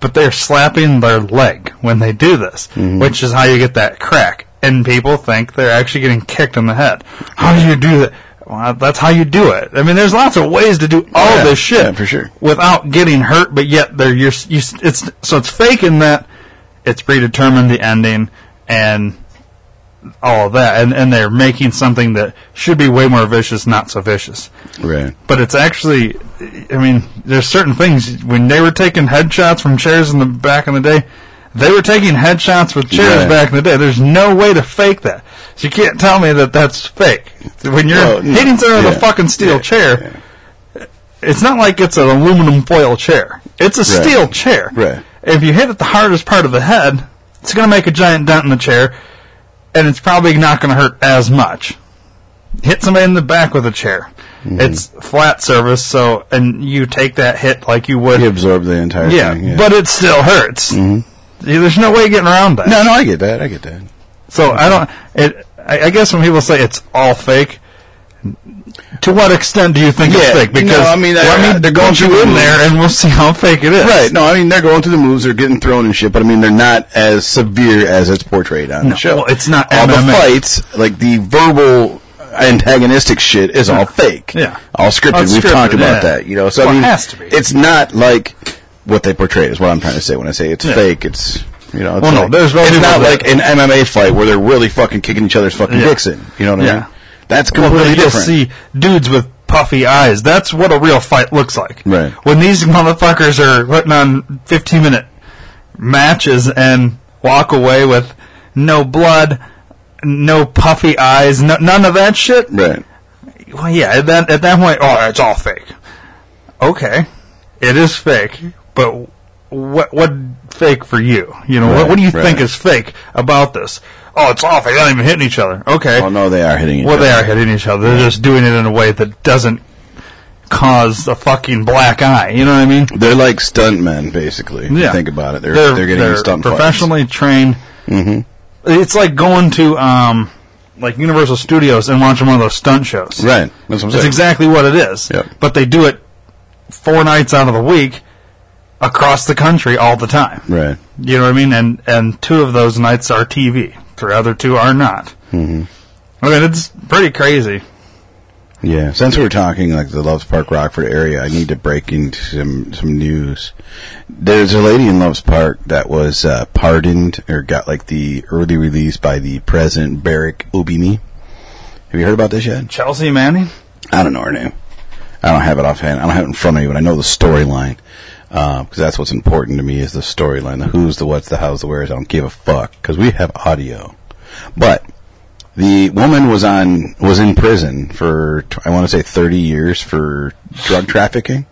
[SPEAKER 1] But they're slapping their leg when they do this,
[SPEAKER 2] Mm-hmm.
[SPEAKER 1] which is how you get that crack. And people think they're actually getting kicked in the head. How do you do that? Well, that's how you do it. I mean, there's lots of ways to do all
[SPEAKER 2] Yeah,
[SPEAKER 1] this shit
[SPEAKER 2] yeah, for sure.
[SPEAKER 1] without getting hurt, but yet they're you're, you it's so it's fake in that it's predetermined the ending and all of that, and and they're making something that should be way more vicious, not so vicious
[SPEAKER 2] Right.
[SPEAKER 1] but it's actually i mean there's certain things when they were taking headshots from chairs in the back in the day they were taking headshots with chairs
[SPEAKER 2] Right.
[SPEAKER 1] back in the day there's no way to fake that so you can't tell me that that's fake when you're
[SPEAKER 2] Well, no.
[SPEAKER 1] hitting someone with
[SPEAKER 2] Yeah.
[SPEAKER 1] a fucking steel
[SPEAKER 2] Yeah.
[SPEAKER 1] chair it's not like it's an aluminum foil chair it's a
[SPEAKER 2] Right.
[SPEAKER 1] steel chair
[SPEAKER 2] Right.
[SPEAKER 1] if you hit at the hardest part of the head it's going to make a giant dent in the chair and it's probably not going to hurt as much hit somebody in the back with a chair.
[SPEAKER 2] Mm-hmm.
[SPEAKER 1] It's flat surface, so and you take that hit like you would.
[SPEAKER 2] You absorb the entire
[SPEAKER 1] yeah,
[SPEAKER 2] thing.
[SPEAKER 1] but it still hurts. Yeah, There's no way getting around that.
[SPEAKER 2] Mm-hmm. no, no, I get that. I get that.
[SPEAKER 1] So I don't. It. I, I guess when people say it's all fake, to what extent do you think
[SPEAKER 2] Yeah,
[SPEAKER 1] it's fake?
[SPEAKER 2] no,
[SPEAKER 1] Because
[SPEAKER 2] I mean, I-
[SPEAKER 1] let me
[SPEAKER 2] I- they're going
[SPEAKER 1] put you
[SPEAKER 2] through
[SPEAKER 1] in
[SPEAKER 2] the-
[SPEAKER 1] there, and we'll see how fake it is.
[SPEAKER 2] Right. No, I mean they're going through the moves, they're getting thrown and shit, but I mean they're not as severe as it's portrayed on the show.
[SPEAKER 1] well, it's not
[SPEAKER 2] all the
[SPEAKER 1] MMA.
[SPEAKER 2] fights, like the verbal antagonistic shit is all fake.
[SPEAKER 1] Yeah.
[SPEAKER 2] All scripted.
[SPEAKER 1] All
[SPEAKER 2] We've
[SPEAKER 1] scripted,
[SPEAKER 2] talked about
[SPEAKER 1] yeah.
[SPEAKER 2] that. You know, so
[SPEAKER 1] Well,
[SPEAKER 2] I
[SPEAKER 1] it
[SPEAKER 2] mean
[SPEAKER 1] has to be.
[SPEAKER 2] it's not like what they portrayed is what I'm trying to say when I say it's
[SPEAKER 1] Yeah.
[SPEAKER 2] fake, it's you know, it's
[SPEAKER 1] Well, no,
[SPEAKER 2] like-
[SPEAKER 1] there's
[SPEAKER 2] it's
[SPEAKER 1] people
[SPEAKER 2] not
[SPEAKER 1] that-
[SPEAKER 2] like an MMA fight where they're really fucking kicking each other's fucking
[SPEAKER 1] Yeah.
[SPEAKER 2] dicks in. You know what I
[SPEAKER 1] Yeah.
[SPEAKER 2] mean? That's
[SPEAKER 1] Well,
[SPEAKER 2] completely
[SPEAKER 1] you'll
[SPEAKER 2] different.
[SPEAKER 1] see dudes with puffy eyes. That's what a real fight looks like.
[SPEAKER 2] Right.
[SPEAKER 1] When these motherfuckers are putting on 15 minute matches and walk away with no blood, no puffy eyes, no, none of that shit.
[SPEAKER 2] Right.
[SPEAKER 1] Well, yeah, at that, at that point, oh, it's all fake. Okay. It is fake, but what, what fake for you? You know,
[SPEAKER 2] Right,
[SPEAKER 1] what, what do you
[SPEAKER 2] right.
[SPEAKER 1] think is fake about this? Oh, it's all fake. They're not even hitting each other. Okay.
[SPEAKER 2] Oh no, they are hitting each
[SPEAKER 1] Well,
[SPEAKER 2] other.
[SPEAKER 1] they are hitting each other. They're just doing it in a way that doesn't cause a fucking black eye. You know what I mean?
[SPEAKER 2] They're like stuntmen, basically. if you
[SPEAKER 1] Yeah.
[SPEAKER 2] Think about it. They're they're, getting
[SPEAKER 1] they're
[SPEAKER 2] stunt fights.
[SPEAKER 1] professionally trained. Mm-hmm. It's like going to um, like Universal Studios and watching one of those stunt shows.
[SPEAKER 2] Right. That's what I'm
[SPEAKER 1] That's
[SPEAKER 2] saying.
[SPEAKER 1] exactly what it is.
[SPEAKER 2] Yep.
[SPEAKER 1] But they do it four nights out of the week across the country all the time.
[SPEAKER 2] Right.
[SPEAKER 1] You know what I mean? And and two of those nights are TV. The other two are not. Mm-hmm. I mean, it's pretty crazy.
[SPEAKER 2] Yeah. Since we're talking like the Loves Park Rockford area, I need to break into some some news. There's a lady in Loves Park that was uh, pardoned or got like the early release by the president Barack Obimi. Have you heard about this yet?
[SPEAKER 1] Chelsea Manning.
[SPEAKER 2] I don't know her name. I don't have it offhand. I don't have it in front of me, but I know the storyline because that's what's important to me is the storyline. The who's, the what's, the how's, the where's. I don't give a fuck because we have audio. But the woman was on was in prison for t- I want to say thirty years for drug trafficking.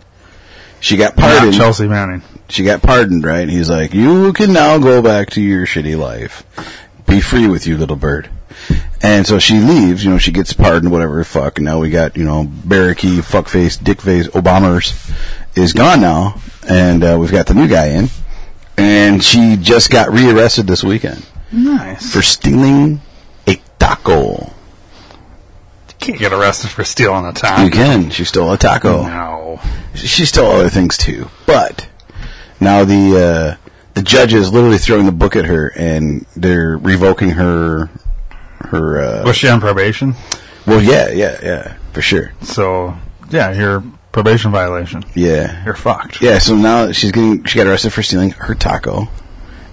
[SPEAKER 2] She got
[SPEAKER 1] Not
[SPEAKER 2] pardoned
[SPEAKER 1] Chelsea Manning.
[SPEAKER 2] she got pardoned, right? And he's like, you can now go back to your shitty life. Be free with you, little bird. And so she leaves, you know, she gets pardoned, whatever the fuck. And now we got, you know, Barracky, fuckface, dickface, Obamers is gone now. And uh, we've got the new guy in. And she just got rearrested this weekend
[SPEAKER 1] Nice.
[SPEAKER 2] for stealing a taco.
[SPEAKER 1] You can't get arrested for stealing a taco.
[SPEAKER 2] Again, she stole a taco.
[SPEAKER 1] No.
[SPEAKER 2] She stole other things too, but now the uh, the judge is literally throwing the book at her, and they're revoking her her. Uh,
[SPEAKER 1] Was she on probation?
[SPEAKER 2] well, yeah, yeah, yeah, for sure,
[SPEAKER 1] So, yeah, your probation violation.
[SPEAKER 2] yeah,
[SPEAKER 1] You're fucked.
[SPEAKER 2] yeah. So now she's getting she got arrested for stealing her taco,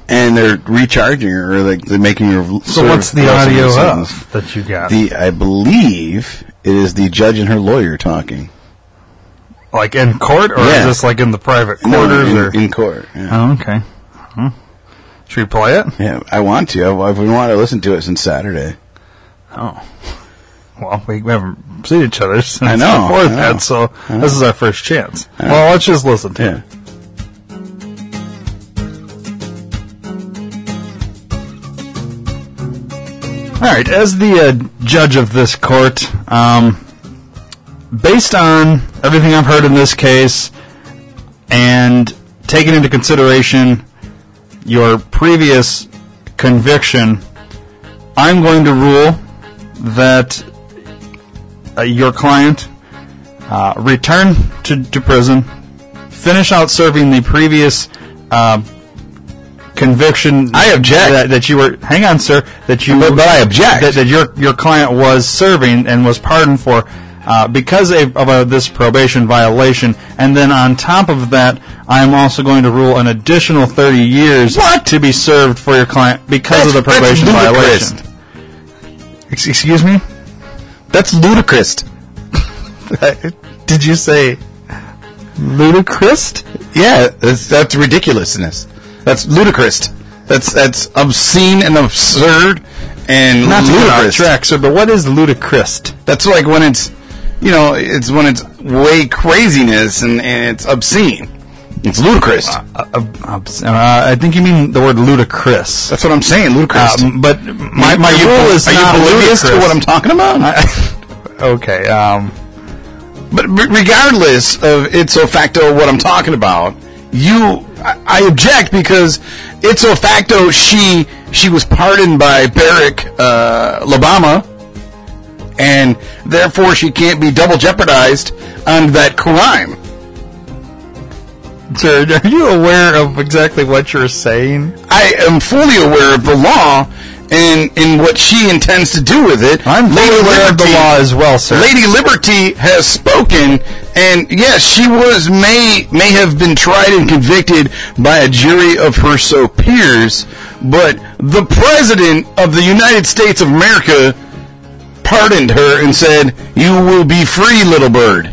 [SPEAKER 2] and they're recharging her, or like they're making her.
[SPEAKER 1] So
[SPEAKER 2] serve
[SPEAKER 1] what's the
[SPEAKER 2] less of a
[SPEAKER 1] audio
[SPEAKER 2] sentence.
[SPEAKER 1] of that you got?
[SPEAKER 2] The I believe it is the judge and her lawyer talking.
[SPEAKER 1] like in court, or
[SPEAKER 2] Yeah.
[SPEAKER 1] is this like in the private
[SPEAKER 2] No,
[SPEAKER 1] quarters?
[SPEAKER 2] in,
[SPEAKER 1] or
[SPEAKER 2] in court. yeah.
[SPEAKER 1] oh, okay. Hmm. Should we play it?
[SPEAKER 2] Yeah, I want to. I've, I've been wanting to listen to it since Saturday.
[SPEAKER 1] Oh. Well, we haven't seen each other since
[SPEAKER 2] I know,
[SPEAKER 1] before
[SPEAKER 2] I know,
[SPEAKER 1] that, so
[SPEAKER 2] I know.
[SPEAKER 1] this is our first chance.
[SPEAKER 2] I know.
[SPEAKER 1] Well, let's just listen to it.
[SPEAKER 2] Yeah.
[SPEAKER 1] All right, as the uh, judge of this court, um, based on everything I've heard in this case, and taking into consideration your previous conviction, I'm going to rule that uh, your client uh, return to, to prison, finish out serving the previous uh, conviction.
[SPEAKER 2] I object.
[SPEAKER 1] that, that you were. Hang on, sir. That you.
[SPEAKER 2] But- but I object.
[SPEAKER 1] That, that your your client was serving and was pardoned for. Uh, because of, of uh, this probation violation, and then on top of that, I am also going to rule an additional 30 years
[SPEAKER 2] What?
[SPEAKER 1] to be served for your client because of the
[SPEAKER 2] That's-
[SPEAKER 1] probation
[SPEAKER 2] that's ludicrous.
[SPEAKER 1] violation. Ex- Excuse me?
[SPEAKER 2] That's ludicrous.
[SPEAKER 1] Did you say ludicrous?
[SPEAKER 2] Yeah, that's, that's ridiculousness. That's ludicrous. That's that's obscene and absurd and
[SPEAKER 1] Not to get off
[SPEAKER 2] ludicrous.
[SPEAKER 1] track, sir, but what is ludicrous?
[SPEAKER 2] That's like when it's, you know, it's when it's way craziness and, and it's obscene. It's ludicrous.
[SPEAKER 1] Uh, uh, obs- uh, I think you mean the word ludicrous.
[SPEAKER 2] That's what I'm saying. Ludicrous.
[SPEAKER 1] Um, but my,
[SPEAKER 2] Are
[SPEAKER 1] my
[SPEAKER 2] you-
[SPEAKER 1] rule is
[SPEAKER 2] are
[SPEAKER 1] not
[SPEAKER 2] you oblivious to
[SPEAKER 1] ludicrous.
[SPEAKER 2] what I'm talking about?
[SPEAKER 1] okay, um,
[SPEAKER 2] But but regardless of ipso facto what I'm talking about, you, I, I object because ipso facto she she was pardoned by Barack uh, Obama, and therefore she can't be double jeopardized on that crime.
[SPEAKER 1] sir, are you aware of exactly what you're saying?
[SPEAKER 2] I am fully aware of the law and and what she intends to do with it.
[SPEAKER 1] I'm fully aware of the
[SPEAKER 2] Liberty-
[SPEAKER 1] law as well, sir.
[SPEAKER 2] Lady Liberty has spoken, and yes, she was may may have been tried and convicted by a jury of her so peers, but the president of the United States of America pardoned her and said, "You will be free, little bird."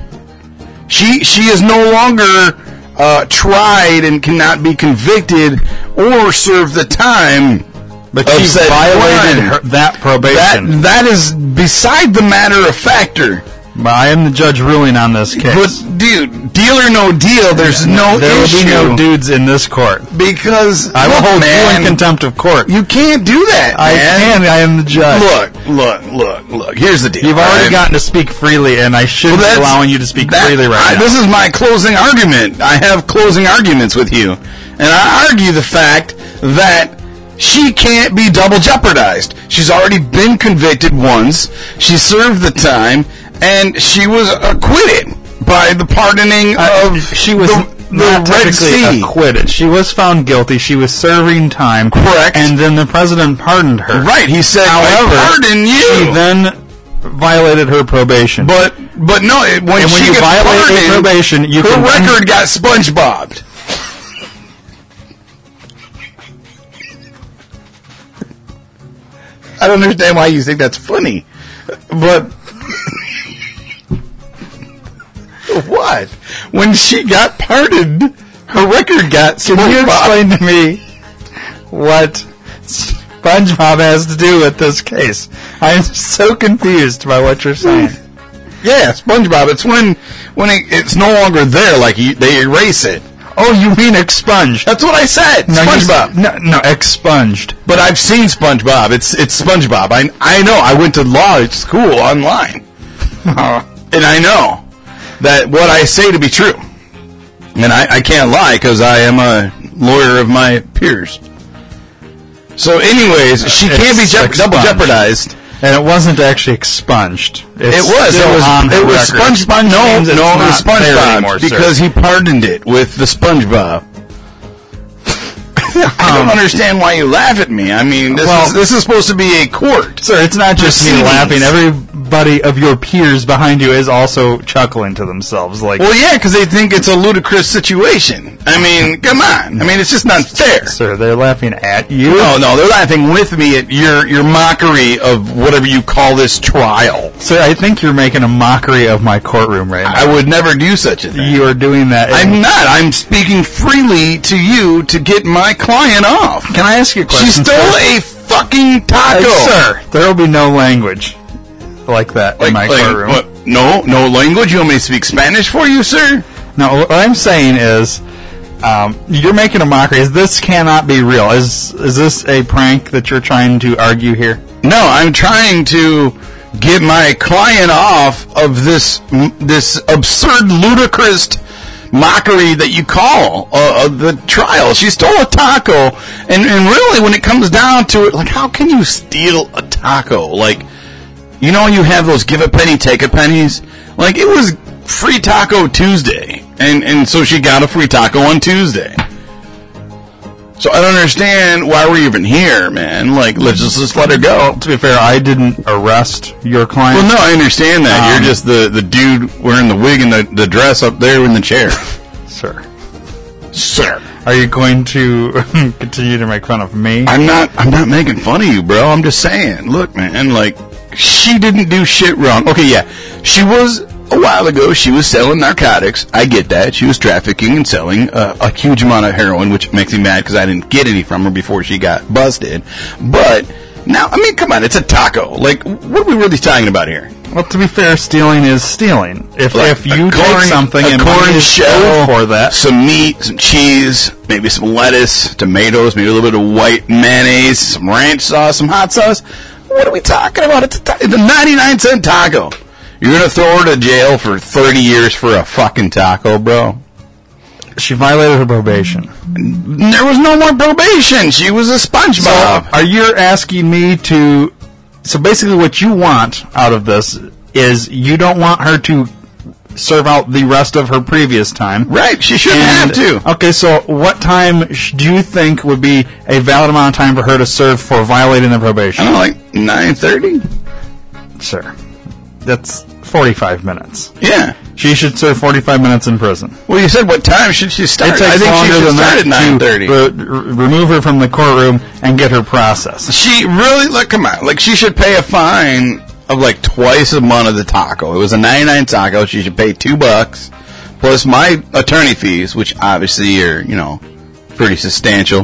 [SPEAKER 2] She she is no longer uh, tried and cannot be convicted or serve the time.
[SPEAKER 1] But
[SPEAKER 2] of
[SPEAKER 1] she
[SPEAKER 2] said
[SPEAKER 1] violated
[SPEAKER 2] crime.
[SPEAKER 1] her, that
[SPEAKER 2] That
[SPEAKER 1] probation.
[SPEAKER 2] that is beside the matter of factor.
[SPEAKER 1] But I am the judge ruling on this case.
[SPEAKER 2] But dude, deal or no deal, there's no
[SPEAKER 1] there will
[SPEAKER 2] issue
[SPEAKER 1] be no dudes in this court.
[SPEAKER 2] because
[SPEAKER 1] I will
[SPEAKER 2] look,
[SPEAKER 1] hold
[SPEAKER 2] man,
[SPEAKER 1] you in contempt of court.
[SPEAKER 2] You can't do that.
[SPEAKER 1] I
[SPEAKER 2] man.
[SPEAKER 1] can. I am the judge.
[SPEAKER 2] Look, look, look, look. Here's the deal.
[SPEAKER 1] You've
[SPEAKER 2] all
[SPEAKER 1] already
[SPEAKER 2] right?
[SPEAKER 1] gotten to speak freely, and I should
[SPEAKER 2] Well,
[SPEAKER 1] be
[SPEAKER 2] that's-
[SPEAKER 1] allowing you to speak
[SPEAKER 2] that-
[SPEAKER 1] freely right
[SPEAKER 2] I-
[SPEAKER 1] now.
[SPEAKER 2] This is my closing argument. I have closing arguments with you, and I argue the fact that she can't be double jeopardized. She's already been convicted once. She served the time, and she was acquitted by the pardoning of
[SPEAKER 1] she was
[SPEAKER 2] the,
[SPEAKER 1] not
[SPEAKER 2] the Red
[SPEAKER 1] technically
[SPEAKER 2] Sea.
[SPEAKER 1] acquitted. She was found guilty. She was serving time.
[SPEAKER 2] Correct.
[SPEAKER 1] And then the president pardoned her.
[SPEAKER 2] Right? He said,
[SPEAKER 1] However,
[SPEAKER 2] "I pardon you."
[SPEAKER 1] She then violated her probation.
[SPEAKER 2] but but no, it, when
[SPEAKER 1] and when
[SPEAKER 2] she
[SPEAKER 1] you
[SPEAKER 2] gets
[SPEAKER 1] violate
[SPEAKER 2] pardoned,
[SPEAKER 1] your probation, you
[SPEAKER 2] her
[SPEAKER 1] can
[SPEAKER 2] record got SpongeBobbed. I don't understand why you think that's funny, but what? When she got pardoned, her record got
[SPEAKER 1] Can you
[SPEAKER 2] SpongeBob.
[SPEAKER 1] explain to me what SpongeBob has to do with this case? I am so confused by what you're saying.
[SPEAKER 2] yeah, SpongeBob. It's when when it, it's no longer there, like you, they erase it.
[SPEAKER 1] Oh, you mean expunged?
[SPEAKER 2] That's what I said.
[SPEAKER 1] No, you
[SPEAKER 2] SpongeBob.
[SPEAKER 1] s- no, no, expunged.
[SPEAKER 2] But I've seen SpongeBob. It's it's SpongeBob. I I know. I went to law school online, and I know that what I say to be true, and I, I can't lie because I am a lawyer of my peers. So, anyways, she can't be
[SPEAKER 1] It's
[SPEAKER 2] jep- double
[SPEAKER 1] expunged.
[SPEAKER 2] jeopardized.
[SPEAKER 1] And it wasn't actually expunged. It's
[SPEAKER 2] It was. It
[SPEAKER 1] still
[SPEAKER 2] was.
[SPEAKER 1] on
[SPEAKER 2] It
[SPEAKER 1] her
[SPEAKER 2] was
[SPEAKER 1] record.
[SPEAKER 2] SpongeBob. No,
[SPEAKER 1] Means it's
[SPEAKER 2] no, it was
[SPEAKER 1] not there
[SPEAKER 2] SpongeBob
[SPEAKER 1] anymore, sir.
[SPEAKER 2] because he pardoned it with the SpongeBob. I don't understand why you laugh at me. I mean, this
[SPEAKER 1] Well-
[SPEAKER 2] is this is supposed to be a court.
[SPEAKER 1] Sir, it's not just me
[SPEAKER 2] Proceedings.
[SPEAKER 1] laughing. Everybody of your peers behind you is also chuckling to themselves. Like,
[SPEAKER 2] Well, yeah, because they think it's a ludicrous situation. I mean, come on. I mean, it's just not fair.
[SPEAKER 1] sir, they're laughing at you.
[SPEAKER 2] No, no, they're laughing with me at your your mockery of whatever you call this trial.
[SPEAKER 1] Sir, I think you're making a mockery of my courtroom right now.
[SPEAKER 2] I would never do such a thing.
[SPEAKER 1] you are doing that. and-
[SPEAKER 2] I'm not. I'm speaking freely to you to get my client off.
[SPEAKER 1] Can I ask you a question?
[SPEAKER 2] She stole
[SPEAKER 1] sir?
[SPEAKER 2] a fucking taco.
[SPEAKER 1] Like, sir, there will be no language like that in my courtroom.
[SPEAKER 2] what? No, no language. You want me to speak Spanish for you, sir?
[SPEAKER 1] No, what I'm saying is, um, you're making a mockery. This cannot be real. Is is this a prank that you're trying to argue here?
[SPEAKER 2] No, I'm trying to get my client off of this this absurd, ludicrous mockery that you call uh, uh, the trial. She stole a taco, and and really, when it comes down to it, like how can you steal a taco? Like you know, you have those give a penny, take a pennies. Like it was free taco Tuesday, and and so she got a free taco on Tuesday. So I don't understand why we're even here, man. Like, let's just, just let her go.
[SPEAKER 1] To be fair, I didn't arrest your client.
[SPEAKER 2] Well, no, I understand that.
[SPEAKER 1] Um,
[SPEAKER 2] You're just the, the dude wearing the wig and the, the dress up there in the chair.
[SPEAKER 1] sir.
[SPEAKER 2] Sir.
[SPEAKER 1] Are you going to continue to make fun of me?
[SPEAKER 2] I'm not I'm not making fun of you, bro. I'm just saying. Look, man, like she didn't do shit wrong. Okay, yeah. She was a while ago, she was selling narcotics. I get that. She was trafficking and selling uh, a huge amount of heroin, which makes me mad because I didn't get any from her before she got busted. But now, I mean, come on, it's a taco. Like, what are we really talking about here?
[SPEAKER 1] Well, to be fair, stealing is stealing. If
[SPEAKER 2] Like
[SPEAKER 1] if you
[SPEAKER 2] a
[SPEAKER 1] take something
[SPEAKER 2] a
[SPEAKER 1] and
[SPEAKER 2] corn
[SPEAKER 1] money is
[SPEAKER 2] shell
[SPEAKER 1] owed for that,
[SPEAKER 2] some meat, some cheese, maybe some lettuce, tomatoes, maybe a little bit of white mayonnaise, some ranch sauce, some hot sauce. What are we talking about? It's a, ta- it's a 99 cent taco. You're gonna throw her to jail for 30 years for a fucking taco, bro.
[SPEAKER 1] she violated her probation.
[SPEAKER 2] There was no more probation. She was a SpongeBob.
[SPEAKER 1] Are you asking me to? So basically, what you want out of this is you don't want her to serve out the rest of her previous time.
[SPEAKER 2] right? She shouldn't
[SPEAKER 1] And-
[SPEAKER 2] have to.
[SPEAKER 1] Okay, so what time sh- do you think would be a valid amount of time for her to serve for violating the
[SPEAKER 2] I
[SPEAKER 1] probation,
[SPEAKER 2] don't know, like 9:30.
[SPEAKER 1] sir? That's forty-five minutes.
[SPEAKER 2] Yeah.
[SPEAKER 1] She should serve 45 minutes in prison.
[SPEAKER 2] Well, you said what time should she start?
[SPEAKER 1] It takes
[SPEAKER 2] I think
[SPEAKER 1] longer
[SPEAKER 2] she should
[SPEAKER 1] than
[SPEAKER 2] start
[SPEAKER 1] that
[SPEAKER 2] at 9:30.
[SPEAKER 1] to re- re- remove her from the courtroom and get her processed.
[SPEAKER 2] She really look come on. Like she should pay a fine of like twice a month of the taco. It was a ninety nine taco. She should pay two bucks plus my attorney fees, which obviously are you know pretty substantial.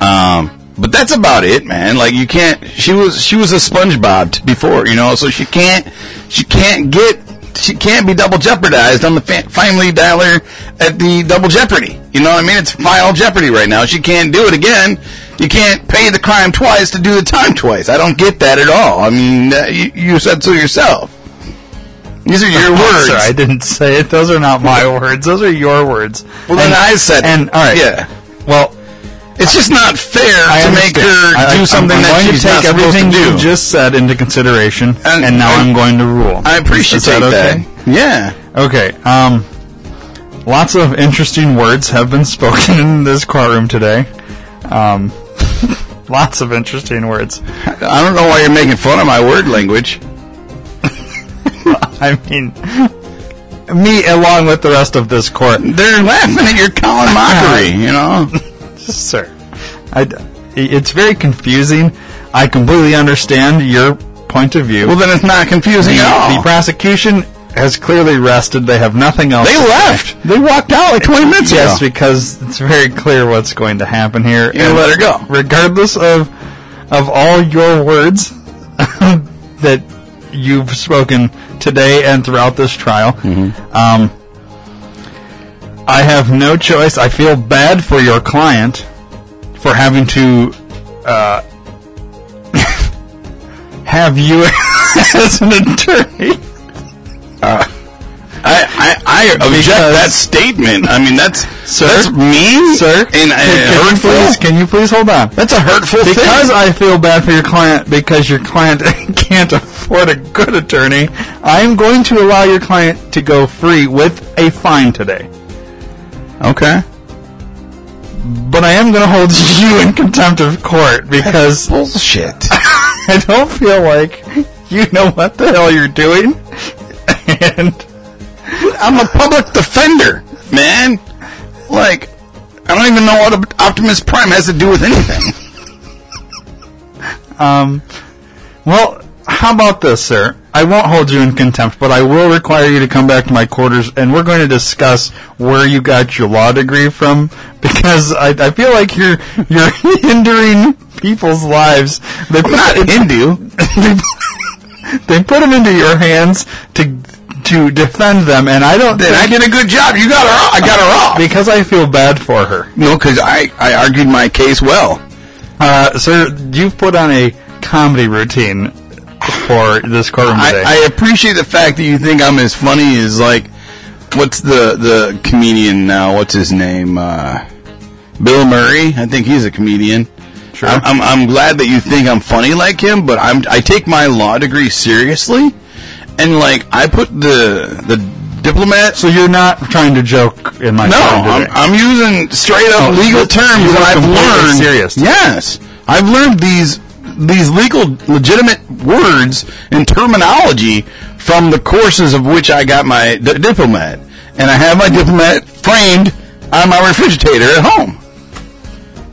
[SPEAKER 2] Um, but that's about it, man. Like you can't. She was she was a SpongeBob t- before, you know. So she can't she can't get she can't be double jeopardized on the fa- family dialer at the double jeopardy. You know what I mean? It's final jeopardy right now. She can't do it again. You can't pay the crime twice to do the time twice. I don't get that at all. I mean, uh, you, you said so yourself. These are your words.
[SPEAKER 1] Oh, Sir, I didn't say it. Those are not my words. Those are your words.
[SPEAKER 2] well, then
[SPEAKER 1] And-
[SPEAKER 2] I said,
[SPEAKER 1] And all right.
[SPEAKER 2] yeah.
[SPEAKER 1] Well,
[SPEAKER 2] It's just not fair
[SPEAKER 1] I
[SPEAKER 2] to
[SPEAKER 1] understand.
[SPEAKER 2] make her
[SPEAKER 1] I- I-
[SPEAKER 2] do something
[SPEAKER 1] I'm,
[SPEAKER 2] that
[SPEAKER 1] I'm going
[SPEAKER 2] she's
[SPEAKER 1] to take
[SPEAKER 2] not supposed
[SPEAKER 1] everything
[SPEAKER 2] to do.
[SPEAKER 1] you just said into consideration,
[SPEAKER 2] And-
[SPEAKER 1] and, now I'm
[SPEAKER 2] and-
[SPEAKER 1] going to rule.
[SPEAKER 2] I appreciate
[SPEAKER 1] Is that. Okay.
[SPEAKER 2] Yeah.
[SPEAKER 1] Okay. Um, lots of interesting words have been spoken in this courtroom today. Um, lots of interesting words.
[SPEAKER 2] I don't know why you're making fun of my word language.
[SPEAKER 1] I mean, me along with the rest of this court,
[SPEAKER 2] They're laughing at your Colin mockery, you know?
[SPEAKER 1] sir. I d it's very confusing. I completely understand your point of view.
[SPEAKER 2] Well, then it's not confusing
[SPEAKER 1] the,
[SPEAKER 2] at all.
[SPEAKER 1] the prosecution has clearly rested. They have nothing else.
[SPEAKER 2] they
[SPEAKER 1] to say.
[SPEAKER 2] left. They walked out like 20 Oh, minutes
[SPEAKER 1] Yes,
[SPEAKER 2] ago.
[SPEAKER 1] because it's very clear what's going to happen here.
[SPEAKER 2] You're gonna
[SPEAKER 1] And
[SPEAKER 2] let her go.
[SPEAKER 1] regardless of of all your words that you've spoken today and throughout this trial. Um, I have no choice. I feel bad for your client for having to uh, have you as an attorney.
[SPEAKER 2] I, I, I object that statement. I mean, that's that's mean,
[SPEAKER 1] sir.
[SPEAKER 2] and uh,
[SPEAKER 1] can you
[SPEAKER 2] hurtful.
[SPEAKER 1] please? Can you please hold on?
[SPEAKER 2] That's a hurtful thing.
[SPEAKER 1] because I feel bad for your client because your client can't afford a good attorney, I am going to allow your client to go free with a fine today.
[SPEAKER 2] okay,
[SPEAKER 1] But I am going to hold you in contempt of court because
[SPEAKER 2] bullshit.
[SPEAKER 1] I don't feel like you know what the hell you're doing. And
[SPEAKER 2] I'm a public defender, man. Like, I don't even know what Op- Optimus Prime has to do with anything.
[SPEAKER 1] um, well, how about this, sir? I won't hold you in contempt, but I will require you to come back to my quarters, and we're going to discuss where you got your law degree from, because I, I feel like you're you're hindering people's lives. They put
[SPEAKER 2] not
[SPEAKER 1] it-
[SPEAKER 2] Hindu.
[SPEAKER 1] they put it into your hands to to defend them, and I don't.
[SPEAKER 2] Then I
[SPEAKER 1] think-
[SPEAKER 2] did a good job. You got her off. I got her off.
[SPEAKER 1] because I feel bad for her.
[SPEAKER 2] No, because I, I argued my case well.
[SPEAKER 1] Uh, sir, you've put on a comedy routine for this courtroom today.
[SPEAKER 2] I, I appreciate the fact that you think I'm as funny as like what's the the comedian now? What's his name? Uh, Bill Murray. I think he's a comedian.
[SPEAKER 1] Sure.
[SPEAKER 2] I'm, I'm, I'm glad that you think I'm funny like him, but I'm I take my law degree seriously, and like I put the the diplomat.
[SPEAKER 1] so you're not trying to joke in my
[SPEAKER 2] No,
[SPEAKER 1] courtroom
[SPEAKER 2] I'm,
[SPEAKER 1] today.
[SPEAKER 2] I'm using straight up
[SPEAKER 1] Oh,
[SPEAKER 2] legal
[SPEAKER 1] you-
[SPEAKER 2] terms
[SPEAKER 1] you
[SPEAKER 2] that
[SPEAKER 1] are
[SPEAKER 2] I've
[SPEAKER 1] completely
[SPEAKER 2] learned.
[SPEAKER 1] serious.
[SPEAKER 2] Yes, I've learned these these legal, legitimate words and terminology from the courses of which I got my d- diplomat, and I have my diplomat framed on my refrigerator at home.